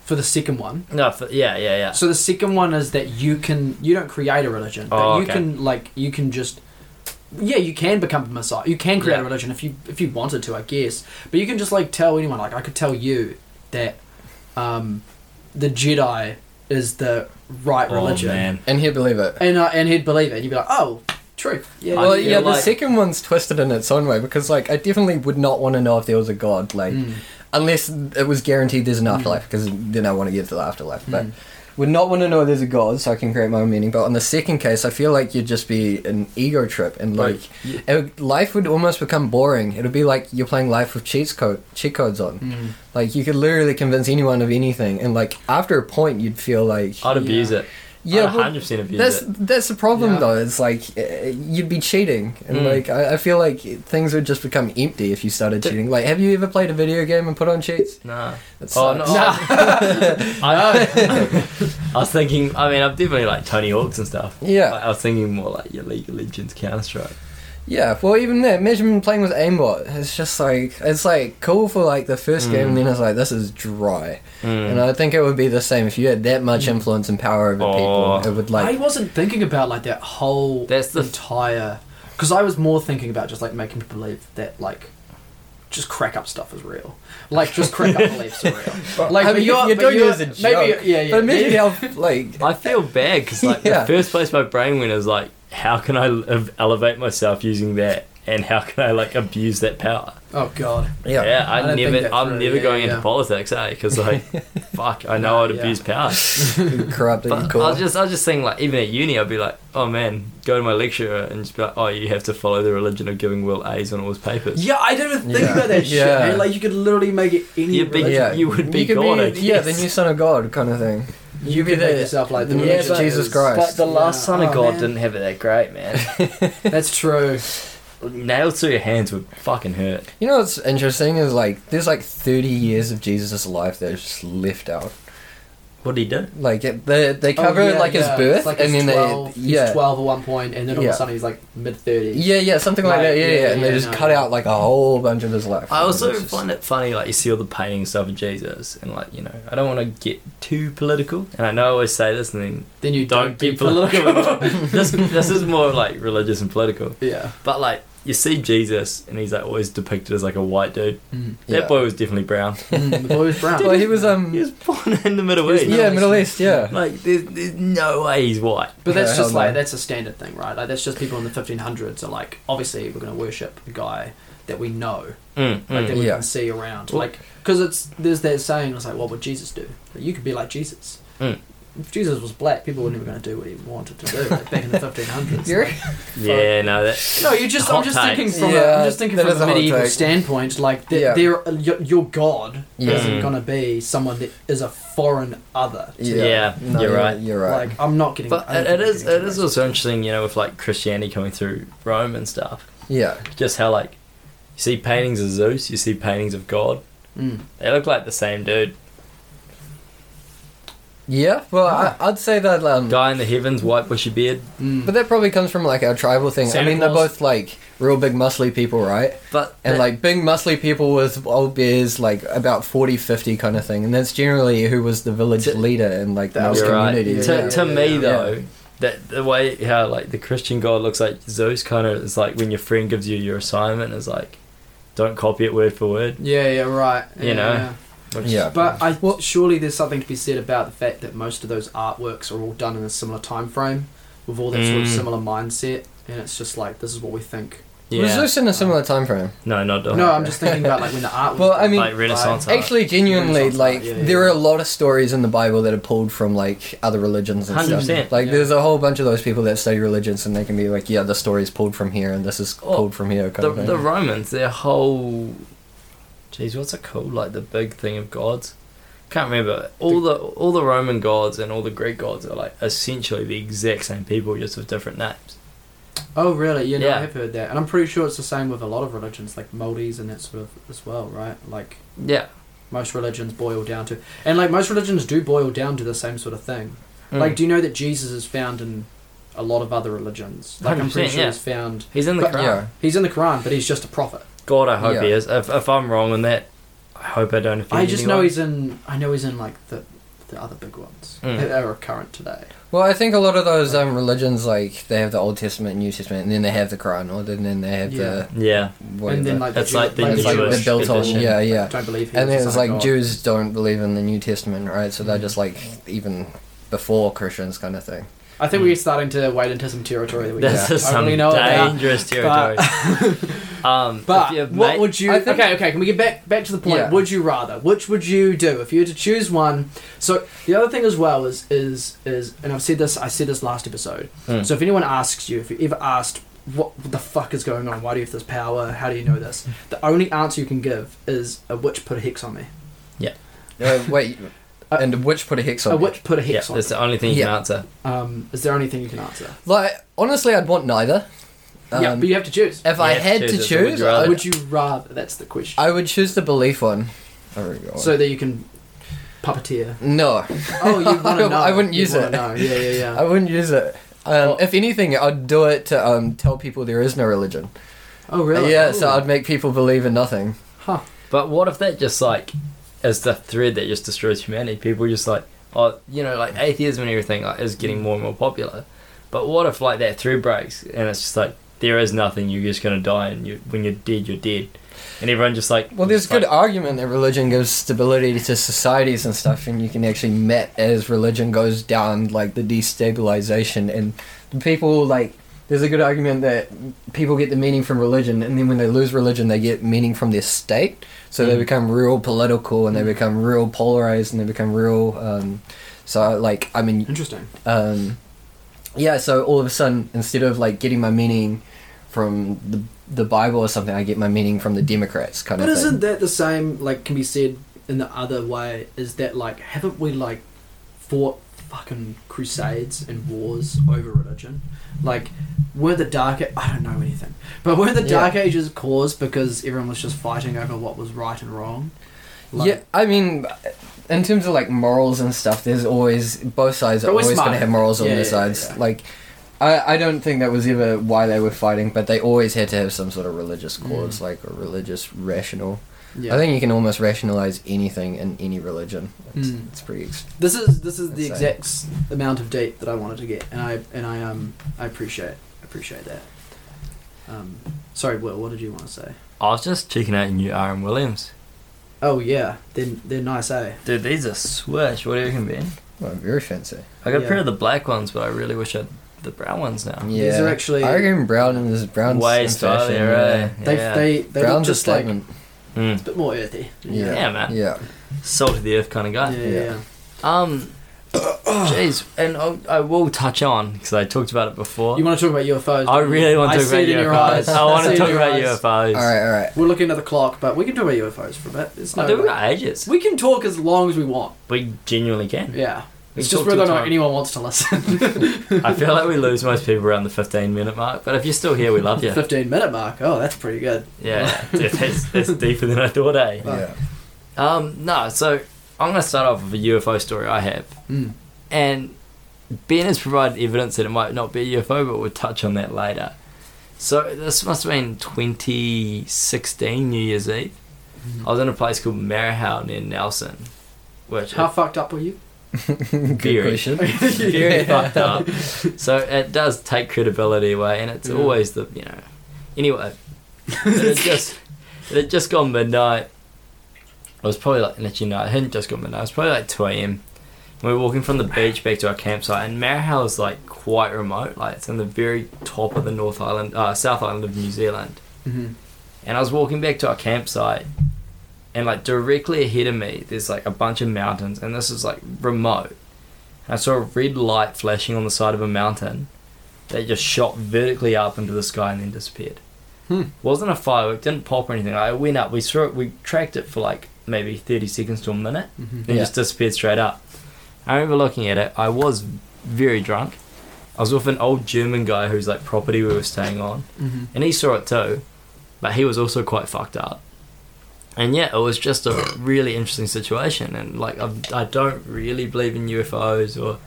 for the second one. it? No, for, yeah, yeah, yeah. So the second one is that you can you don't create a religion, but Oh, you okay. can like you can just yeah you can become a messiah. You can create Yeah. a religion if you if you wanted to, I guess. But you can just like tell anyone. Like I could tell you that um, the Jedi is the right religion, Oh, man. and he'd believe it. and uh, and he'd believe it. And you'd be like, oh, true. Yeah, I Well, feel yeah, the like- second one's twisted in its own way because, like, I definitely would not want to know if there was a god, like, Mm. unless it was guaranteed there's an Mm. afterlife, because then I want to get to the afterlife. But mm, would not want to know there's a god, so I can create my own meaning. But on the second case, I feel like you'd just be an ego trip, and like, Like, y- it would- life would almost become boring. It would be like you're playing life with cheat code cheat codes on. Mm. Like, you could literally convince anyone of anything, and like after a point, you'd feel like I'd abuse it. yeah, Yeah, well, hundred percent abuse that's it. that's the problem Yeah. though. It's like uh, you'd be cheating, and Mm. like I, I feel like things would just become empty if you started Th- cheating. Like, have you ever played a video game and put on cheats? [LAUGHS] Nah. That's Oh, no. [LAUGHS] I, [LAUGHS] I was thinking, I mean, I'm definitely like Tony Hawks and stuff. Yeah. Like, I was thinking more like your League of Legends Counter Strike. [LAUGHS] Yeah, well, even that, imagine playing with aimbot. It's just like it's like cool for like the first game, Hmm. and then it's like this is dry. Mm. And I think it would be the same if you had that much influence and power over Hmm. Oh. people. It would I like wasn't thinking about like that whole That's the- entire because I was more thinking about just like making people believe that like just crack up stuff is real, like just crack [LAUGHS] up beliefs are real. Like I mean, but you're, but doing it you're- as a joke. Maybe, yeah, yeah. But imagine maybe- how like [LAUGHS] I feel bad because like Yeah. the first place my brain went is like, how can I ev- elevate myself using that, and how can I like abuse that power? oh god, yeah. I I, don't think never, that I'm through, never yeah, going yeah. into politics, eh? Because like, [LAUGHS] fuck, I know Nah, I'd yeah. abuse power. corrupt and But cool. I was just, I was just saying like, even at uni, I'd be like, oh man, go to my lecturer and just be like, oh, you have to follow the religion of giving Will A's on all his papers. yeah, I didn't think Yeah. about that shit. Yeah. man. Like you could literally make it any. You'd be- religion. yeah, you would be could God, I yeah, the guess. new son of God kind of thing. you could make yourself like the Yeah, religion but- Jesus is- Christ. But the last Yeah. Son of Oh, God man. [LAUGHS] didn't have it that great, man. That's true. [LAUGHS] Nails to your hands would fucking hurt. You know what's interesting is like there's like 30 years of Jesus' life that is just left out. What did he do? Like it, they they cover Oh, yeah, like his yeah. birth It's like and he's then 12, they he's yeah twelve at one point, and then all of Yeah. a sudden he's like mid thirties. yeah yeah something like, Right, that yeah yeah, yeah, and they yeah, just no, cut yeah. out like a whole bunch of his life. I also It's just- find it funny, like you see all the painting stuff of Jesus, and like you know, I don't want to get too political, and I know I always say this, and then Then you don't be get political. political. [LAUGHS] [LAUGHS] this this is more like religious and political, yeah. but like you see Jesus, and he's like always depicted as like a white dude. Mm. Yeah. That boy was definitely brown. the boy was [LAUGHS] brown. Mm. well he was um He was born in the Middle He was East. yeah Middle East yeah Like there's, there's no way he's white. But that's Yeah, just hell like no. that's a standard thing, right? Like that's just people in the 1500s are like, obviously we're going to worship a guy that we know, Mm, like that mm. we Yeah. can see around, Well- like because it's there's that saying, it's like, what would Jesus do? But you could be like Jesus. Mm. if Jesus was black, people were never going to do what he wanted to do like, back in the [LAUGHS] 1500s. You're- Yeah, no, that No, you just. Hot I'm just take. thinking from. a, Yeah, I'm just thinking that from is a a hot medieval take. standpoint. Like the, Yeah. there, your, your god Yeah. isn't Mm. gonna be someone that is a foreign other. to- Yeah, you're right. You're right. Like I'm not getting. But I don't it, think it I'm is getting it into is racism. also interesting, you know, with like Christianity coming through Rome and stuff. yeah. Just how like you see paintings of Zeus, you see paintings of God. Mm. They look like the same dude. Yeah. Well, I, I'd say that. Um, Guy in the heavens, white bushy beard. Mm. but that probably comes from like our tribal thing. Santa I mean, they're Claus. both like real big muscly people, right? But And that- like big muscly people with old beards, like about 40, 50 kind of thing. And that's generally who was the village To- leader in like That was those you're right. communities. To, yeah, to yeah, me yeah. though, that the way how like the Christian God looks like Zeus kind of is like when your friend gives you your assignment is like, don't copy it word for word. yeah, yeah, right. You yeah, know. yeah. Which Yeah. But I surely there's something to be said about the fact that most of those artworks are all done in a similar time frame, with all that sort of Mm. similar mindset, and it's just like this is what we think. Was yeah, this in a similar time frame? no, not No, [LAUGHS] I'm just thinking about like when the art. Was Well, I done. mean- like Renaissance. art. Actually, genuinely, Renaissance like art, yeah, yeah, there are yeah. a lot of stories in the Bible that are pulled from like other religions and stuff. 100%, Like yeah. there's a whole bunch of those people that study religions and they can be like, yeah, the story's pulled from here and this is Oh, pulled from here. Kind the, of thing. the Romans, their whole, jeez, what's it called? Like the big thing of gods. Can't remember. All the all the Roman gods and all the Greek gods are like essentially the exact same people, just with different names. Oh, really? Yeah, no, Yeah. I have heard that, and I'm pretty sure it's the same with a lot of religions, like Maldives and that sort of as well, right? Like Yeah, most religions boil down to, and like most religions do boil down to the same sort of thing. Like, like do you know that Jesus is found in a lot of other religions? Like, I'm pretty 100%, sure yeah. he's found. he's in the but- Quran. yeah. He's in the Quran, but he's just a prophet. God, I hope Yeah. he is. If, if I'm wrong on that, I hope I don't offend I just anyone. know he's in. I know he's in like the the other big ones Mm. that are current today. Well, I think a lot of those um, religions, like they have the Old Testament, and New Testament, and then they have the Quran, or then then they have the Yeah, whatever. And then like That's the, like the And it's like the Jewish built on, tradition. yeah, yeah. Don't believe he was And then the it's son of like God. Jews don't believe in the New Testament, right? So they're Mhm. just like even before Christians, kind of [LAUGHS] thing. I think we're starting to wade into some territory that we [LAUGHS] Mm. this don't is some really know about. dangerous territory. um, if [LAUGHS] you But what make- would you? I think- okay, okay. Can we get back back to the point? Yeah. Would you rather? Which would you do if you had to choose one? So the other thing as well is is is, and I've said this. I said this last episode. Mm. So if anyone asks you, if you ever asked, what the fuck is going on? Why do you have this power? How do you know this? The only answer you can give is a witch put a hex on me. Uh, wait, Uh, and which put a hex on? A it? witch put a yeah, hex on that's me. the only thing you Yeah. can answer. Um, is there anything you can answer? Like honestly, I'd want neither. Um, yeah, but you have to choose. if I Yeah, had to choose it, so would choose, you I rather? would, Would you rather? That's the question. I would choose the belief one. Oh, God. so that you can [LAUGHS] puppeteer. no, Oh, you want to know? [LAUGHS] I wouldn't You use wanna it. Know. Yeah, yeah, yeah. [LAUGHS] I wouldn't use it. Um, Well- if anything, I'd do it to um, tell people there is no religion. Oh, really? Yeah, Ooh. so I'd make people believe in nothing. Huh. But what if that just like is the thread that just destroys humanity? People just like oh you know like atheism and everything like, is getting more and more popular. But what if like that thread breaks and it's just like there is nothing. You're just gonna die, and you when you're dead, you're dead. And everyone just like Well, there's just, a good like, argument that religion gives stability to societies and stuff, and you can actually met as religion goes down, like the destabilization and the people like. There's a good argument that people get the meaning from religion, and then when they lose religion, they get meaning from their state. So they Mm. become real political, and they become real polarized, and they become real. Um, so, like, I mean, Interesting. um, yeah, so all of a sudden, instead of like getting my meaning from the the Bible or something, I get my meaning from the Democrats kind But of isn't thing. that the same? Like, can be said in the other way. Is that like, haven't we like fought fucking crusades and wars over religion? Like, were the dark? A- I don't know anything, but were the Yeah. dark ages caused because everyone was just fighting over what was right and wrong? Like- yeah, I mean, in terms of like morals and stuff, there's always both sides are But we're always going smart. to have morals on Yeah, their yeah, sides. yeah. Like, I I don't think that was ever why they were fighting, but they always had to have some sort of religious cause, like a religious rational. Mm. Yeah. I think you can almost rationalize anything in any religion. It's, Mm. it's pretty. Ex- This is this is the That's exact s- amount of date that I wanted to get, and I and I um I appreciate appreciate that. Um, sorry, Will, what did you want to say? I was just checking out new Aaron Williams. Oh yeah, they're they're nice, eh? Dude, these are swish. What do you reckon, Ben? well, very fancy. I got Yeah. a pair of the black ones, but I really wish I had the brown ones now. Yeah, Um, are actually- I reckon brown and this brown Way stylier, eh? They yeah. they they look Brown's just a like statement. Mm. a bit more earthy. Yeah. yeah, man. yeah. Salt of the earth kind of yeah, guy. yeah. yeah. Um, Jeez, and I'll, I will touch on because I talked about it before. You want to talk about UFOs? I don't you? really want I to talk see about it in your UFOs. eyes. I see want it to in talk your about eyes. UFOs. All right, all right. We're looking at the clock, but we can talk about UFOs for a bit. It's I no. do we got ages. we can talk as long as we want. We genuinely can. Yeah. We It's just can talk whether or till not time. anyone wants to listen. I feel like we lose most people around the 15 minute mark, but if you're still here, [LAUGHS] we love you. 15 minute mark. Oh, that's pretty good. yeah, [LAUGHS] dude, that's, that's deeper than I thought, eh? Yeah. Um, no, so I'm going to start off with a UFO story I have. Mm. And Ben has provided evidence that it might not be a UFO, but we'll touch on that later. So this must have been 2016 New Year's Eve. I was in a place called Marihau near Nelson, which How fucked up were you? [LAUGHS] Good Theory. [LAUGHS] question. is very fucked up. So it does take credibility away, and it's Yeah. always the you know. Anyway, [LAUGHS] it had just it had just gone midnight. It was probably like actually no, it hadn't just gone midnight. It was probably like two a.m. We were walking from the beach back to our campsite, and Marihau is like quite remote. Like it's on the very top of the North Island, uh, South Island of New Zealand. Mhm. And I was walking back to our campsite, and like directly ahead of me, there's like a bunch of mountains, and this is like remote. And I saw a red light flashing on the side of a mountain that just shot vertically up into the sky and then disappeared. Hmm. Wasn't a firework, didn't pop or anything. Like, it went up, we saw it, we tracked it for like maybe 30 seconds to a minute, Mhm. and it just disappeared straight up. I remember looking at it, I was very drunk. I was with an old German guy who's like property we were staying on Mhm. and he saw it too, but he was also quite fucked up. And yeah, it was just a really interesting situation. And like, I've, I don't really believe in UFOs or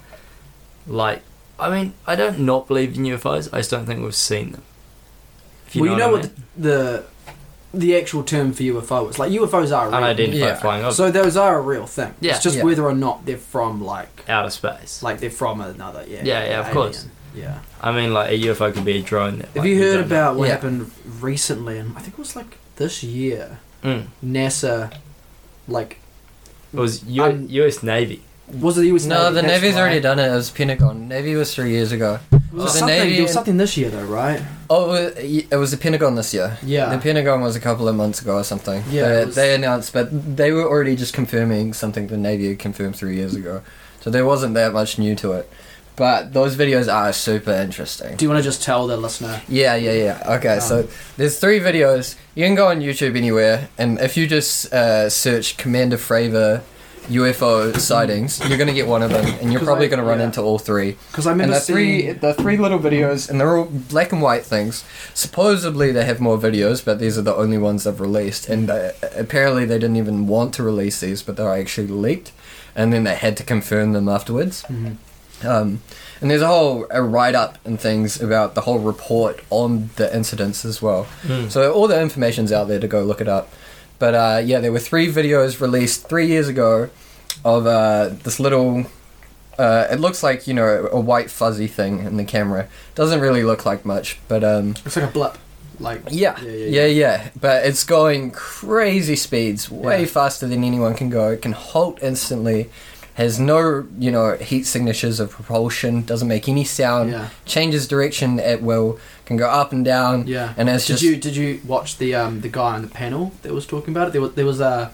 like, I mean, I don't not believe in UFOs. I just don't think we've seen them. If well, you know what, what the, the the actual term for UFO is. Like UFOs are I mean? real. unidentified Yeah. flying objects, So those are a real thing. Yeah. It's just Yeah. whether or not they're from like outer space. like they're from another. Yeah. Yeah, yeah, of alien. course. Yeah. I mean, like a UFO could be a drone. That, Have like, you heard don't know. about what Yeah. happened recently? And I think it was like this year. Mm. NASA, like, It was U- Um, U.S. Navy. was it the US No, Navy? the That's Navy's right. already done it. It was Pentagon. Navy was three years ago. Was it Oh, the something, Navy there was and- something this year though, right? Oh, it was the Pentagon this year. Yeah. The Pentagon was a couple of months ago or something. Yeah, They, it was- they announced, but they were already just confirming something the Navy had confirmed three years ago. So there wasn't that much new to it. But those videos are super interesting. Do you want to just tell the listener? Yeah, yeah, yeah. Okay, Um, so there's three videos. You can go on YouTube anywhere, and if you just uh, search Commander Fravor UFO sightings, you're gonna get one of them, and you're 'Cause probably I- gonna run yeah. into all three. Because I And remember the three, seeing. the three little videos, and they're all black and white things. Supposedly they have more videos, but these are the only ones they've released. And they, apparently they didn't even want to release these, but they were actually leaked, and then they had to confirm them afterwards. Mhm. Um, and there's a whole a write up and things about the whole report on the incidents as well. Hmm. Mm. So all the information's out there to go look it up. But uh, yeah, there were three videos released three years ago of uh, this little. Uh, it looks like you know a white fuzzy thing in the camera. Doesn't really look like much, but um, It's like a blip. Like. yeah, yeah, yeah, But it's going crazy speeds, way Yeah. faster than anyone can go. It can halt instantly. Has no, you know, heat signatures of propulsion. Doesn't make any sound. Yeah. Changes direction at will. Can go up and down. Yeah. And it's Did just you did you watch the um the guy on the panel that was talking about it? There was there was a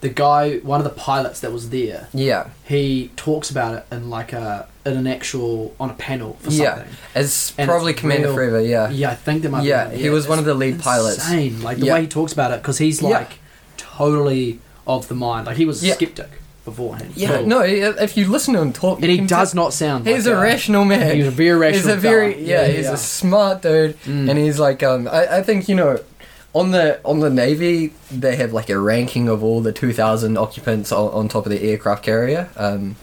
the guy one of the pilots that was there. yeah. He talks about it in like a in an actual on a panel for Yeah. something. It's And probably it's Commander real- Forever. Yeah. Yeah, I think there might. Yeah, be one. he was one of the lead it's pilots. Insane, like the Yeah. way he talks about it, because he's Yeah. like totally of the mind. Like he was a Yeah. skeptic beforehand. Yeah. Cool. No, if you listen to him talk, and you he can does tell- not sound. He's like a rational [LAUGHS] man. He's a very rational. He's a very fella. yeah, He's a smart dude. Mm. and he's like um I, I think you know on the on the navy they have like a ranking of all the 2000 occupants on, on top of the aircraft carrier um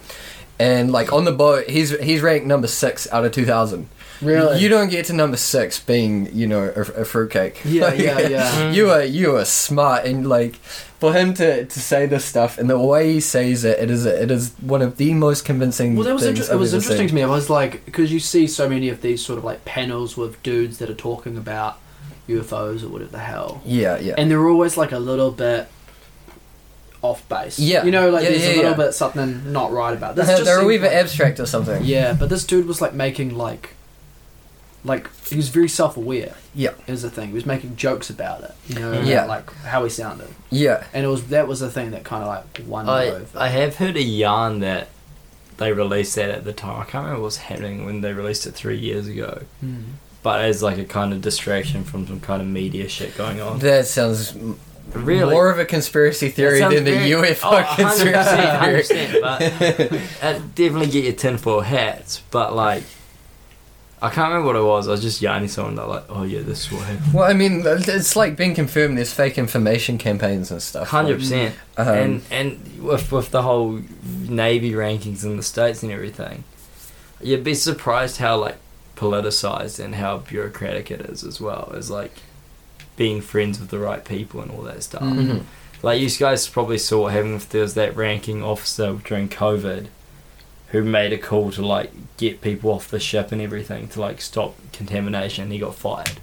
and like on the boat he's he's ranked number 6 out of 2000 really. you don't get to number 6 being you know a, a fruitcake Yeah, [LAUGHS] yeah, Mm. yeah. you are you are smart and like for him to, to say this stuff and the way he says it it is it is one of the most convincing well, that was things inter- I've it was ever interesting seen. to me. I was like, because you see so many of these sort of like panels with dudes that are talking about UFOs or whatever the hell, yeah yeah and they're always like a little bit off base. Yeah. you know, like Yeah, there's yeah, a little yeah. bit something not right about [LAUGHS] this. [LAUGHS] they're, just they're seems either like- abstract or something Yeah, but this dude was like making like, like he was very self-aware. Yeah. is the thing. He was making jokes about it. You know, Mm. yeah, Yeah. like how he sounded, yeah and it was that was the thing that kind of like won me I, over. I have heard a yarn that they released that at the time. I can't remember what was happening when they released it three years ago, Hmm. but as like a kind of distraction from some kind of media shit going on. That sounds m- Really? more of a conspiracy theory That sounds than very- the UFO Oh, 100%, conspiracy theory. 100%, [LAUGHS] but uh, definitely get your tinfoil hats, but like, I can't remember what it was. I was just yarning someone that like, oh yeah, this will happen. Well, I mean, it's like being confirmed. There's fake information campaigns and stuff. Hundred percent. Um, and and with with the whole navy rankings in the states and everything, you'd be surprised how like politicized and how bureaucratic it is as well as like being friends with the right people and all that stuff. Mm-hmm. Mhm. Like you guys probably saw what happened if there was that ranking officer during COVID who made a call to like get people off the ship and everything to like stop contamination. He got fired.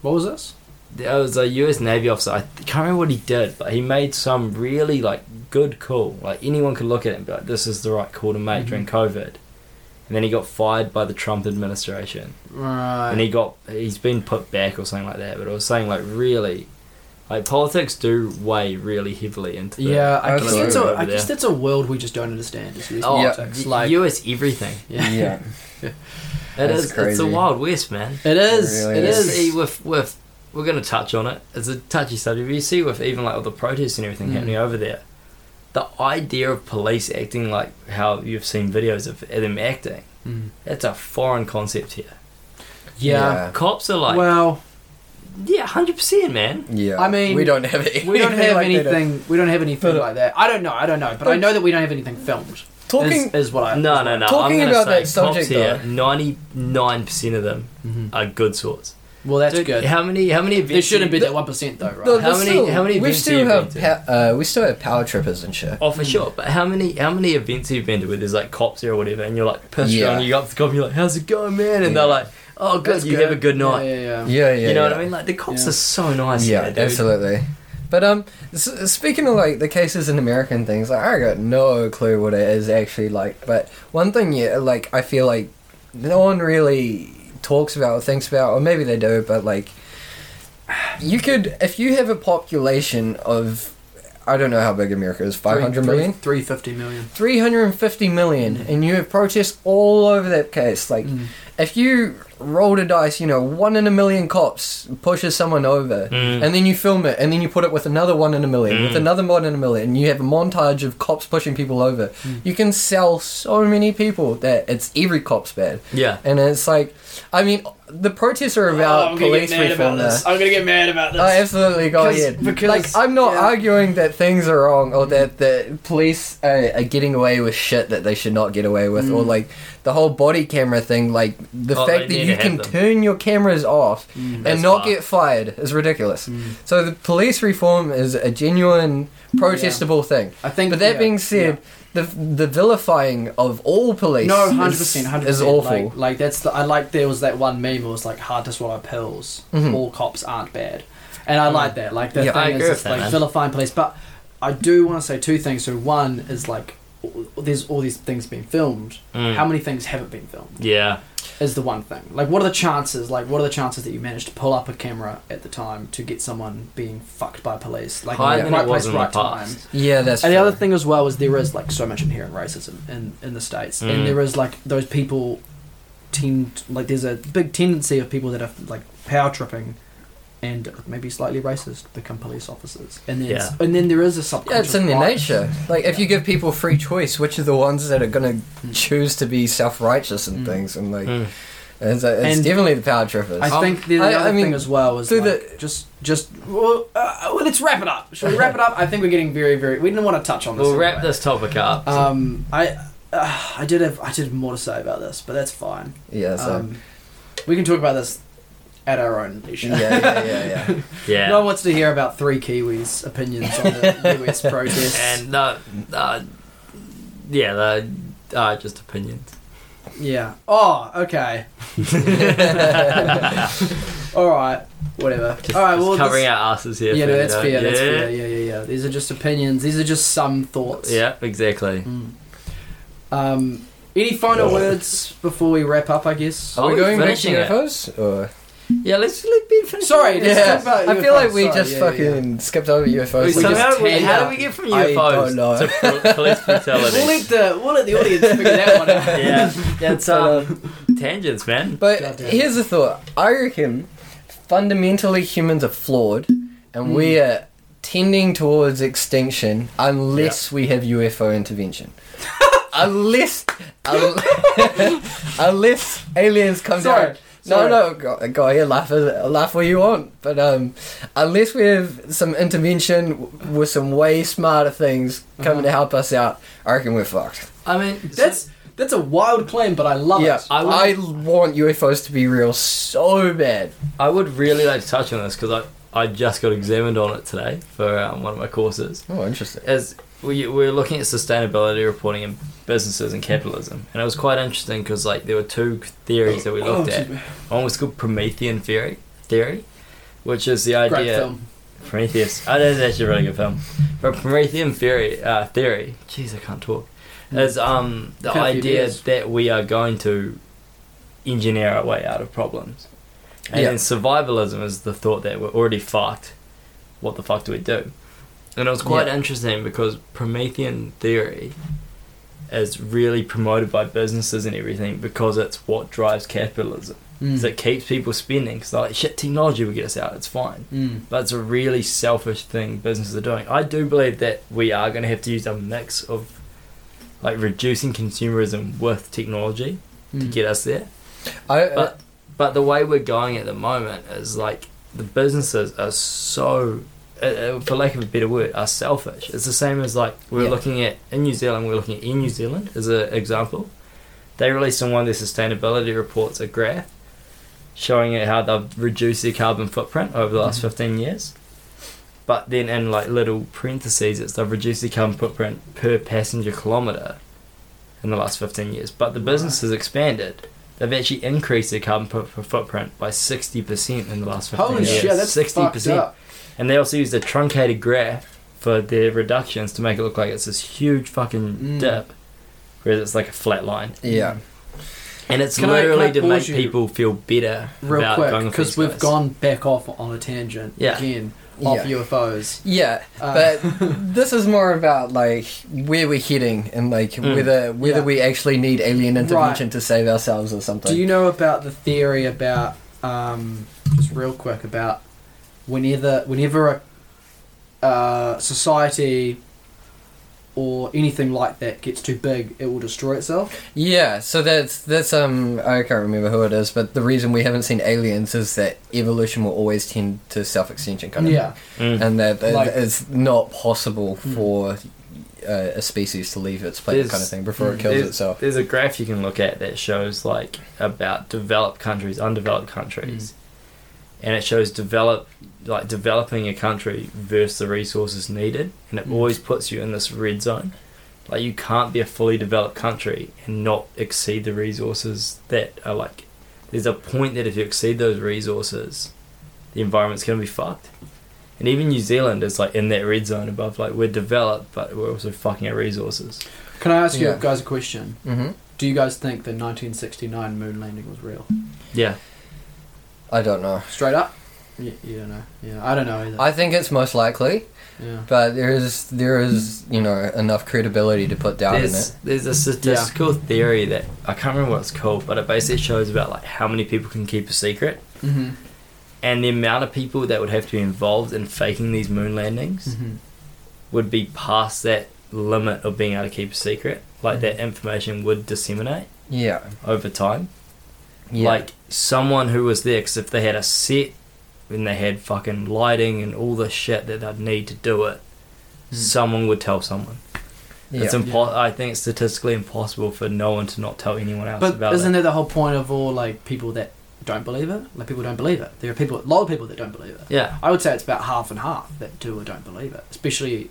What was this? There was a U.S. Navy officer. I th- can't remember what he did, but he made some really like good call. Like anyone could look at it and be like, "This is the right call to make during Mm-hmm. COVID." And then he got fired by the Trump administration, Right. and he got he's been put back or something like that. But I was saying like really, like politics do weigh really heavily into the yeah, I guess, Absolutely. that's a, I Over guess there. that's a world we just don't understand. Is US Oh, politics. y- Like, US everything. [LAUGHS] yeah. It That's is. It's crazy. the Wild West, man. [LAUGHS] it is. It It, really You is. is. see with with we're gonna touch on it. It's a touchy subject. But you see with even like all the protests and everything Mm. happening over there, the idea of police acting like how you've seen videos of them acting. Mm. That's a foreign concept here. Yeah. Cops are like, well, yeah, hundred percent, man. Yeah. I mean, we don't have it. we [LAUGHS] don't have like that. anything. We don't have anything But- like that. I don't know. I don't know. But I know that we don't have anything filmed. Talking. is, is what I No, no, no. Talking I'm gonna about say that subject, cops here, ninety nine percent of them Mhm. are good sorts. Well, that's Dude, good. How many? How many? There events shouldn't you- be that one percent though, right? No, How there's many- still- how many We events still have you been have. Pa- uh, we still have power trippers and shit. Oh, Hmm. for sure. But how many how many events have you been to where there's like cops there or whatever, and you're like pissed Yeah. around, you go up to the cop, and you're like, "How's it going, man?" And Yeah. they're like, "Oh, good. That's you have a good night." Yeah, yeah, yeah. Yeah, yeah. you know what yeah. I mean? Like the cops Yeah. are so nice. yeah, there, dude. absolutely. But um, s- speaking of like the cases in America and things, like I got no clue what it is actually like. But one thing, yeah, like I feel like no one really talks about or thinks about, or maybe they do, but like you could, if you have a population of, I don't know how big America is, five hundred million. Three fifty million. 350 million and you have protests all over that case like Mm. Mm. if you roll the dice you know one in a million cops pushes someone over Mm. and then you film it and then you put it with another one in a million with Mm. another one in a million and you have a montage of cops pushing people over Mm. you can sell so many people that it's every cop's bad Yeah. and it's like i mean the protests are Oh, about police reform now. I'm gonna get mad about I Oh, absolutely go Because- ahead. because- like, I'm not yeah. Mm. arguing that things are wrong or that the police are, are getting away with shit that they should not get away with, Mm. or like the whole body camera thing. Like the Oh, fact they that need you to have can them. turn your cameras off and That's not fucked. get fired is ridiculous. Mm. So the police reform is a genuine protestable thing. I think. But that yeah, being said, the the vilifying of all police No, is- hundred percent, hundred is percent. awful. Like, like that's the I like there was that one meme. It was like hard to swallow pills. All cops aren't bad, and I like that. Like the Yeah, thing Mm-hmm. is, I agree it's with that, like man. vilifying police. But I do want to say two things. So one is like w- there's all these things being filmed. Mm. How many things haven't been filmed? Yeah. Is the one thing. Like what are the chances? Like what are the chances that you managed to pull up a camera at the time to get someone being fucked by police? Like Higher right than it place, was in the right time. past. yeah, that's And the true. other thing as well is there is like so much inherent racism in, in the states, Mm. and there is like those people tend like there's a big tendency of people that are like power tripping and maybe slightly racist become police officers, and then Yeah. and then there is a Yeah, subconscious. it's in their bias. nature. Like, if you give people free choice, which are the ones that are going to choose to be self righteous and Mm. things? And, like, Mm. it's, it's And- definitely the power trippers. I think the, the Oh, I- I other mean, thing as well is through like, just just well, uh, well, let's wrap it up. Should we wrap it up? I think we're getting very very. We didn't want to touch on this. We'll wrap anyway. this topic up. Um, I uh, I did have I did have more to say about this, but that's fine. yeah, so. Um, we can talk about this at our own leisure. yeah, yeah, yeah, yeah. yeah. [LAUGHS] No one wants to hear about three Kiwis' opinions on [LAUGHS] the US protests. and no, uh, yeah, the, uh, just opinions. [LAUGHS] yeah. Oh, okay. [LAUGHS] All right. Whatever. Just, All right. just Well, covering this- our asses here. yeah, for no, you, that's though. fair. That's Yeah. fair. Yeah, yeah, yeah. These are just opinions. These are just some thoughts. Yeah, exactly. Um. Any final words before we wrap up? I guess. Are Are we we going back to finishing it? UFOs? Or? Mm. Yeah, let's let Ben finish. Sorry, it. let's Yeah. talk about I feel like we UFOs. just Sorry, yeah, yeah. fucking skipped over We UFOs. We somehow, just we- tend- how do we get from I UFOs don't know. to pro- police brutalities? We'll [LAUGHS] let the we'll let the audience figure that one out. yeah, [LAUGHS] that's um, tangents, man. But Goddamn. here's the thought. I reckon fundamentally humans are flawed and we Hmm. are tending towards extinction unless we have UFO intervention. [LAUGHS] unless un- [LAUGHS] unless aliens come Sorry. down. No, no, go, go ahead, laugh, as- laugh what you want. But um, unless we have some intervention w- with some way smarter things coming Uh-huh. to help us out, I reckon we're fucked. I mean, That's that's a wild claim, but I love yeah, it. I I, would- want UFOs to be real so bad. I would really like to touch on this because I, I just got examined on it today for um, one of my courses. Oh, interesting. As we we were looking at sustainability reporting in businesses and capitalism, and it was quite interesting because like there were two theories that we Oh, looked excuse at. me. One was called Promethean theory, theory, which is the idea. Great film. Prometheus. Oh, that is actually a really good film. But Promethean theory, uh, theory. Jeez, I can't talk. Is um the Hmm. Can't be idea this. that we are going to engineer our way out of problems, and Yeah. then survivalism is the thought that we're already fucked. What the fuck do we do? And it was quite interesting because Promethean theory is really promoted by businesses and everything because it's what drives capitalism. Mm. Is it keeps people spending because they're like, shit, technology will get us out. It's fine. Mm. That's a really selfish thing businesses are doing. I do believe that we are going to have to use a mix of like reducing consumerism with technology to Mm. get us there. I, uh, But but the way we're going at the moment is like the businesses are so, uh, uh, for lack of a better word, are selfish. It's the same as like we're Yeah. looking at in New Zealand. We're looking at in New Zealand as an example. They released in one of their sustainability reports a graph showing it how they've reduced their carbon footprint over the last fifteen years. But then in like little parentheses, it's they've reduced their carbon footprint per passenger kilometre in the last fifteen years. But the business has expanded. They've actually increased their carbon foot- footprint by sixty percent in the last fifteen Holy years. shit, that's fucked 60%. up. And they also used a truncated graph for their reductions to make it look like it's this huge fucking Mm. dip, whereas it's like a flat line. yeah. And it's Can I- can literally I to make pause you people feel better Real about quick, going with because these we've guys. gone back off on a tangent Yeah. again of Yeah. UFOs. Yeah, Uh, [LAUGHS] but this is more about like where we're heading and like Mm. whether whether Yeah. we actually need alien intervention to save ourselves or something. Do you know about the theory about um, just real quick about whenever whenever a uh, society or anything like that gets too big, it will destroy itself. yeah, so that's that's um I can't remember who it is, but the reason we haven't seen aliens is that evolution will always tend to self extension kind of Yeah, Mm. thing. and that that Like- Mm. it's not possible for uh, a species to leave its place There's- kind of thing before it kills there's, itself. There's a graph you can look at that shows like about developed countries, undeveloped countries, and it shows develop like developing a country versus the resources needed, and it Mm. always puts you in this red zone. Like you can't be a fully developed country and not exceed the resources that are like. There's a point that if you exceed those resources, the environment's gonna be fucked. And even New Zealand is like in that red zone above. Like we're developed, but we're also fucking our resources. can I ask you Yeah. guys a question? hmm Do you guys think the 1969 moon landing was real? Yeah. I don't know. Straight up? Yeah, you don't know. Yeah, I don't know either. I think it's most likely. yeah. But there is there is you know enough credibility to put down in there's, it. there's a statistical theory that I can't remember what it's called, but it basically shows about like how many people can keep a secret hmm and the amount of people that would have to be involved in faking these moon landings hmm would be past that limit of being able to keep a secret. Like that Mm-hmm. information would disseminate Yeah, over time. yeah. Like someone who was there, because if they had a set and they had fucking lighting and all the shit that they'd need to do it, Mm. someone would tell someone. yeah. It's impo- I think it's statistically impossible for no one to not tell anyone else But about it. isn't that the whole point of all like people that don't believe it? Like people don't believe it. There are people, a lot of people that don't believe it. Yeah, I would say it's about half and half that do or don't believe it, especially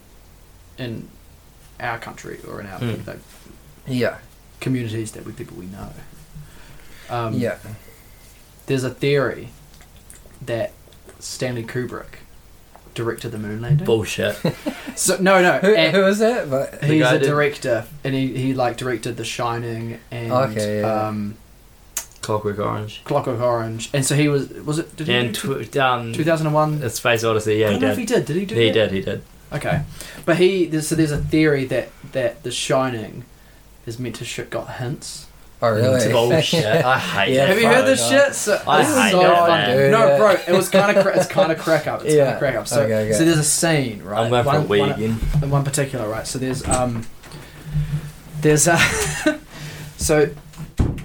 in our country or in our Mm. like, yeah, communities that we people we know. Um, yeah. There's a theory that Stanley Kubrick directed the moon landing. bullshit. [LAUGHS] So no, no, Who, and who is that? But The he's guy a did- director, and he, he like directed The Shining and Okay, yeah. um, Clockwork Orange. Clockwork Orange, and so he was was it? Did he And do tw- um, two thousand and one? it's Space Odyssey. I Yeah, he don't know if did. he did. Did he do? He that? did. He did. Okay, but he there's, so there's a theory that that The Shining is meant to shit got hints. Oh, [LAUGHS] It's really? [LAUGHS] bullshit. I hate Yeah, it. Have you heard this fuck. shit? So, I this is hate so that, fun, man. Dude, No, yeah. bro, it was kind of cra- it's kind of crack up. It's kind [LAUGHS] Yeah. of crack up. So, Okay, okay. so there's a scene, right? I'm going for one, a wee one- again. in one particular, right? So there's um, there's uh, [LAUGHS] so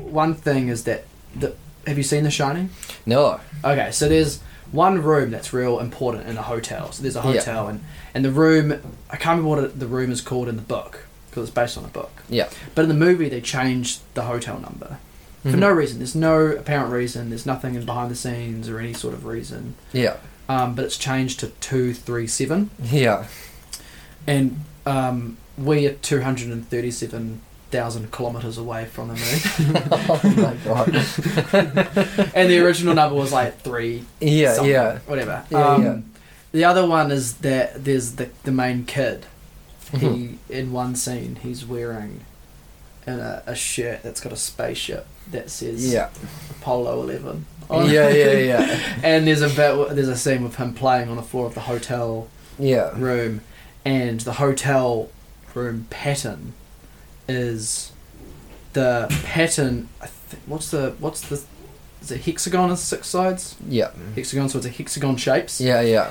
one thing is that the have you seen The Shining? No. Okay, so there's one room that's real important in a hotel. So there's a Yeah. hotel, and and the room I can't remember what it, the room is called in the book because it's based on a book. Yeah. But in the movie, they changed the hotel number for Mhm. no reason. There's no apparent reason. There's nothing in behind the scenes or any sort of reason. Yeah. Um, but it's changed to two three seven [LAUGHS] Yeah. [LAUGHS] and um, we are 237,000 kilometres away from the moon. [LAUGHS] oh my [LAUGHS] god. and the original number was like three, Yeah, something, yeah. whatever. Yeah, um, yeah. The other one is that there's the, the main kid. Mhm. He In one scene, he's wearing a, a shirt that's got a spaceship that says Yeah. Apollo 11. on it. Yeah, yeah, [LAUGHS] yeah. and there's a bit, w- there's a scene with him playing on the floor of the hotel Yeah. room, and the hotel room pattern is the pattern. I th- what's the what's the is it hexagon is six sides? Yeah. Hexagon, so it's a hexagon shapes. Yeah, yeah.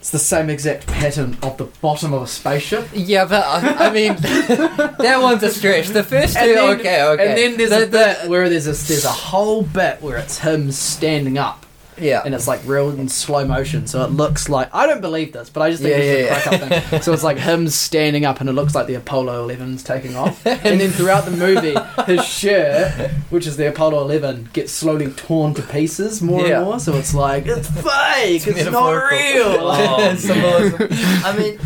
It's the same exact pattern of the bottom of a spaceship. Yeah, but uh, I, I mean, [LAUGHS] that one's a stretch. The first two, And then- okay, okay. And then there's the, a bit where there's a, there's a whole bit where it's him standing up. the, yeah, And it's like real in slow motion, so it looks like I don't believe this, but I just think Yeah, it's yeah, a crack up thing. So it's like him standing up, and it looks like the Apollo 11's taking off. [LAUGHS] and then throughout the movie, his shirt, which is the Apollo 11, gets slowly torn to pieces more Yeah. and more. So it's like, [LAUGHS] it's fake, it's, not metaphorical. [LAUGHS] real. Like, [LAUGHS] Oh, Symbolism. I mean,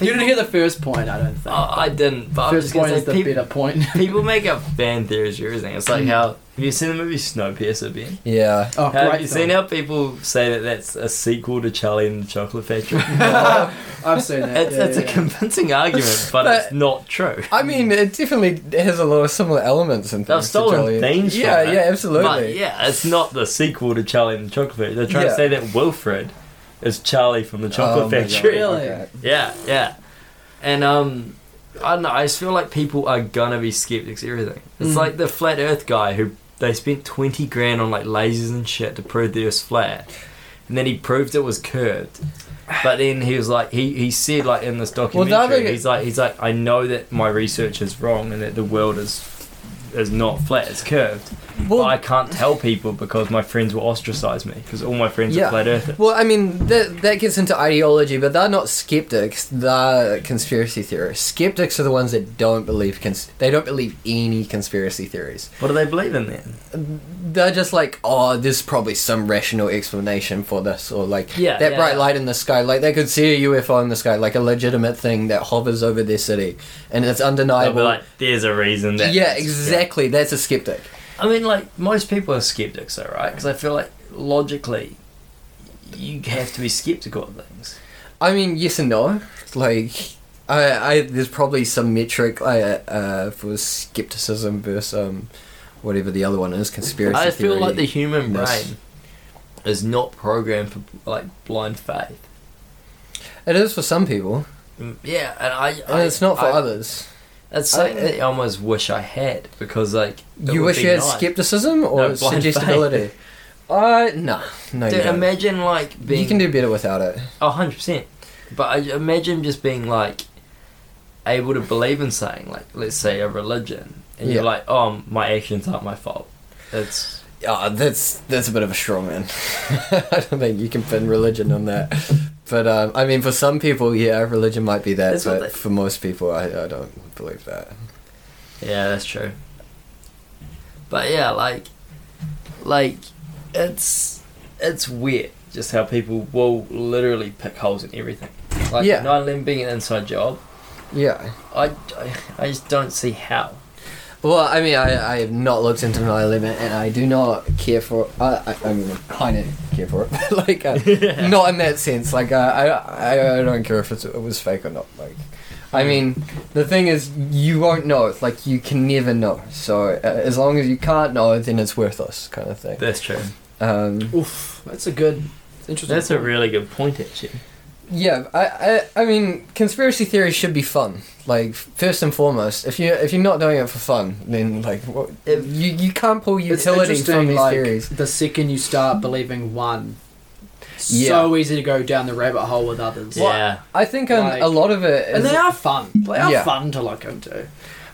you didn't hear the first point, I don't think. I I didn't, but Uh, I'm first just going point to is the say Mm. people, better point. [LAUGHS] people make up fan theories or everything. It's like how. Have you seen the movie Snowpiercer, Ben? yeah. [LAUGHS] Oh, Have great. you film. seen how people say that that's a sequel to Charlie and the Chocolate [LAUGHS] Factory? I've seen that. it's yeah, it's yeah. a convincing argument, but, But- it's not true. I mean, it definitely has a lot of similar elements and things. They've to stolen Jolly. things from Yeah, it, yeah, absolutely. eh? But yeah, it's not the sequel to Charlie and the Chocolate Factory. They're trying Yeah. to say that Wilfred is Charlie from the Chocolate Oh my God, Factory. Really? okay. Yeah, yeah. And um I don't know, I just feel like people are gonna be skeptics of everything. It's Mm. like the flat earth guy who they spent twenty grand on like lasers and shit to prove the earth's flat. And then he proved it was curved. But then he was like he, he said like in this other documentary g- he's like he's like I know that my research is wrong and that the world is is not flat, it's curved. Well, but I can't tell people because my friends will ostracize me because all my friends Yeah. are flat earthers. well, I mean, that that gets into ideology, but they're not skeptics. They're conspiracy theorists. Skeptics are the ones that don't believe cons- they don't believe any conspiracy theories. What do they believe in then? they're just like, oh, there's probably some rational explanation for this, or like Yeah, that yeah, bright yeah. light in the sky, like they could see a UFO in the sky, like a legitimate thing that hovers over their city, and it's They'll be undeniable. like, there's a reason that yeah, it's- exactly. That's a skeptic. I mean, like most people are skeptics, though, right? Because I feel like logically, you have to be skeptical of things. I mean, yes and no. Like, I, I there's probably some metric I, uh, for skepticism versus um, whatever the other one is, conspiracy I feel theory. like the human Yes. brain is not programmed for like blind faith. it is for some people, Mm, Yeah, and I, and I it's not for I- others. It's something I- that I almost wish I had because like it You would wish be you had nice. skepticism or No, blind suggestibility? [LAUGHS] Uh, no, no, you, Dude, don't. imagine like being you can do better without it. A Oh, hundred percent. But I imagine just being like able to believe in saying like, let's say a religion, and you're Yeah. like, oh, my actions aren't my fault. It's Ah, that's that's a bit of a straw man. [LAUGHS] I don't think you can pin religion on that. But um, I mean, for some people, yeah, religion might be that. That's what but they- for most people, I, I don't believe that. yeah, that's true. But yeah, like, like it's it's weird just how people will literally pick holes in everything. Like Yeah. 9/11 being an inside job, Yeah. I, I, I just don't see how. Well, I mean, I, I have not looked into my limit, and I do not care for. I I, I mean, I kind of care for it, [LAUGHS] but [LAUGHS] like, uh, not in that sense. Like, uh, I, I I don't care if it's, it was fake or not. Like, Hmm. I mean, the thing is, you won't know. Like, you can never know. So, uh, as long as you can't know, then it's worthless, kind of thing. That's true. Um, Oof, that's a good. It's interesting. That's a really good point, actually. yeah, I, I, I mean, conspiracy theories should be fun. Like, first and foremost, if you if you're not doing it for fun, then like, what, you you can't pull It's utility interesting, from these like, theories. The second you start believing one, it's Yeah. so easy to go down the rabbit hole with others. Yeah. I think um, like- a lot of it is And they are fun. They are Yeah. fun to look into.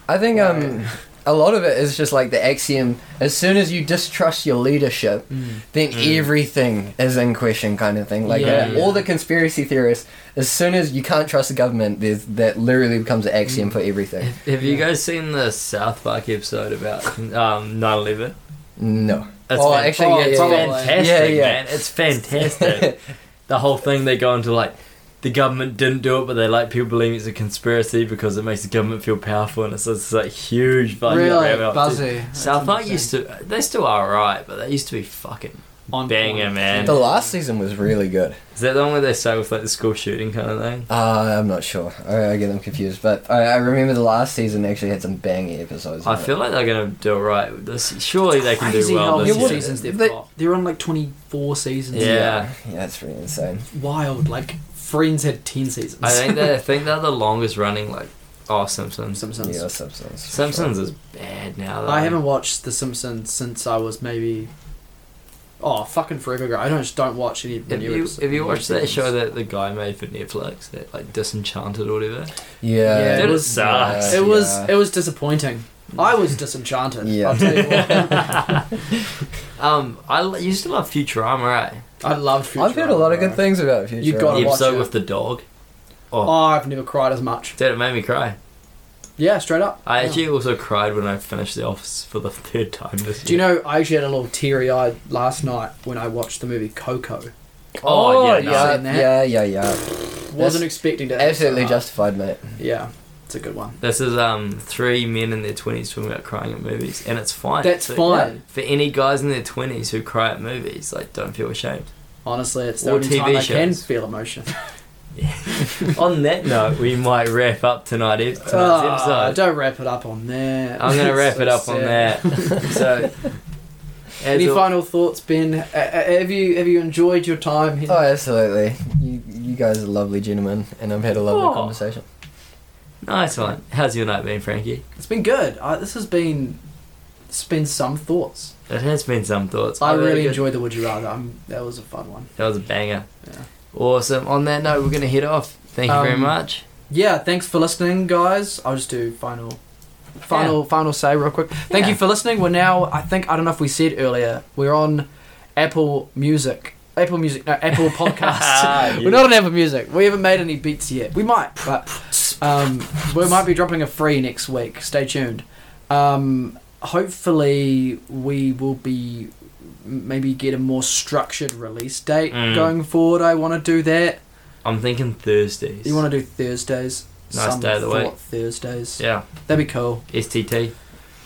I think um, [LAUGHS] Right. a lot of it is just like the axiom: as soon as you distrust your leadership, then Mm. everything is in question, kind of thing. Like Yeah. uh, all the conspiracy theorists, as soon as you can't trust the government, there's, that literally becomes an Mm. axiom for everything. Have, have you guys seen the South Park episode about um, 9/11? No. It's oh, fan- actually, oh, yeah, it's yeah, yeah. fantastic, Yeah, yeah. man. It's [LAUGHS] fantastic. the whole thing they go into like the government didn't do it, but they like people believing it's a conspiracy because it makes the government feel powerful, and it's this like huge fucking really rabbit hole. buzzy. South Park used to, they still are alright, but they used to be fucking on banger, point. man. The last season was really good. Is that the one where they start with like the school shooting kind of thing? Uh, I'm not sure. I, I get them confused, but I, I remember the last season actually had some banging episodes. I in it. feel like they're gonna do alright with this. Surely they can do Crazy well how this Yeah, many what- year. seasons they've they- got. They're on like twenty four seasons. Yeah. yeah, it's really insane. It's wild. Like Friends had ten seasons. I [LAUGHS] think [LAUGHS] they I think they're the longest running like oh Simpsons. Simpsons. Yeah, Simpsons. for Simpsons is bad now. Though. I haven't watched The Simpsons since I was maybe oh fucking forever ago. I don't just don't watch any. If you if you watch that show that the guy made for Netflix, that like Disenchanted or whatever, sure. Yeah, Yeah, it was- sucks. it was Uh, yeah. it was disappointing. I was disenchanted. Yeah. I'll tell you what. [LAUGHS] [LAUGHS] um, I l- used to love Futurama. Right, I loved. Futurama, I've heard a lot of good bro. things about Futurama. You gotta the watch episode it. with the dog. Oh, I've never cried as much. Dude, it made me cry. Yeah, straight up. I Yeah. actually also cried when I finished The Office for the third time this Do you year. know? I actually had a little teary eyed last night when I watched the movie Coco. Oh, yeah, no. yeah, Seen that? yeah, yeah, yeah. Wasn't expecting to. Absolutely Uh, justified, mate. Yeah, it's a good one. This is um three men in their twenties talking about crying at movies, and it's fine. That's So, fine. for any guys in their twenties who cry at movies. Like, don't [LAUGHS] feel ashamed. Honestly, it's the Or only time TV I can shows. feel [LAUGHS] emotion. On that note, we might wrap up tonight ep- tonight's Ah, episode. don't wrap it up on that. [LAUGHS] I'm gonna wrap So it up on sad. [LAUGHS] that. So, as Any al- final thoughts, Ben? Uh, uh, have you have you enjoyed your time here? Oh, absolutely. You, you guys are lovely gentlemen, and I've had a lovely Oh. conversation. nice one. How's your night been, Frankie? It's been good. I, this has been it's been some thoughts. It has been some thoughts. I Oh, really good. enjoyed the Would You Rather. Um that was a fun one. That was a banger. Yeah. Awesome. On that note, we're gonna head off. Thank you very Um, much. Yeah, thanks for listening, guys. I'll just do final. Final, final say real quick. Thank Yeah. you for listening. We're now, I think, I don't know if we said earlier, we're on Apple Music, Apple Music, no, [LAUGHS] Apple Podcast. We're not on Apple Music. We haven't made any beats yet. We might, but um, we might be dropping a free next week. Stay tuned. Um, hopefully, we will be maybe get a more structured release date Mm. going forward. I want to do that. I'm thinking Thursdays. You want to do Thursdays? Nice Some day of the thought week. Thursdays. yeah. That'd be cool. STT.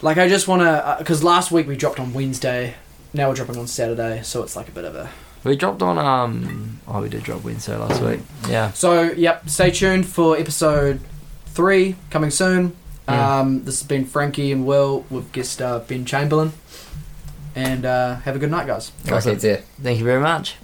Like I just want to, because last week we dropped on Wednesday. Now we're dropping on Saturday, so it's like a bit of a We dropped on um oh we did drop Wednesday last week. Yeah. So, yep, stay tuned for episode three coming soon. Um, this has been Frankie and Will with guest uh, Ben Chamberlain. And uh, have a good night, guys. Okay, Awesome. dear. Thank you very much.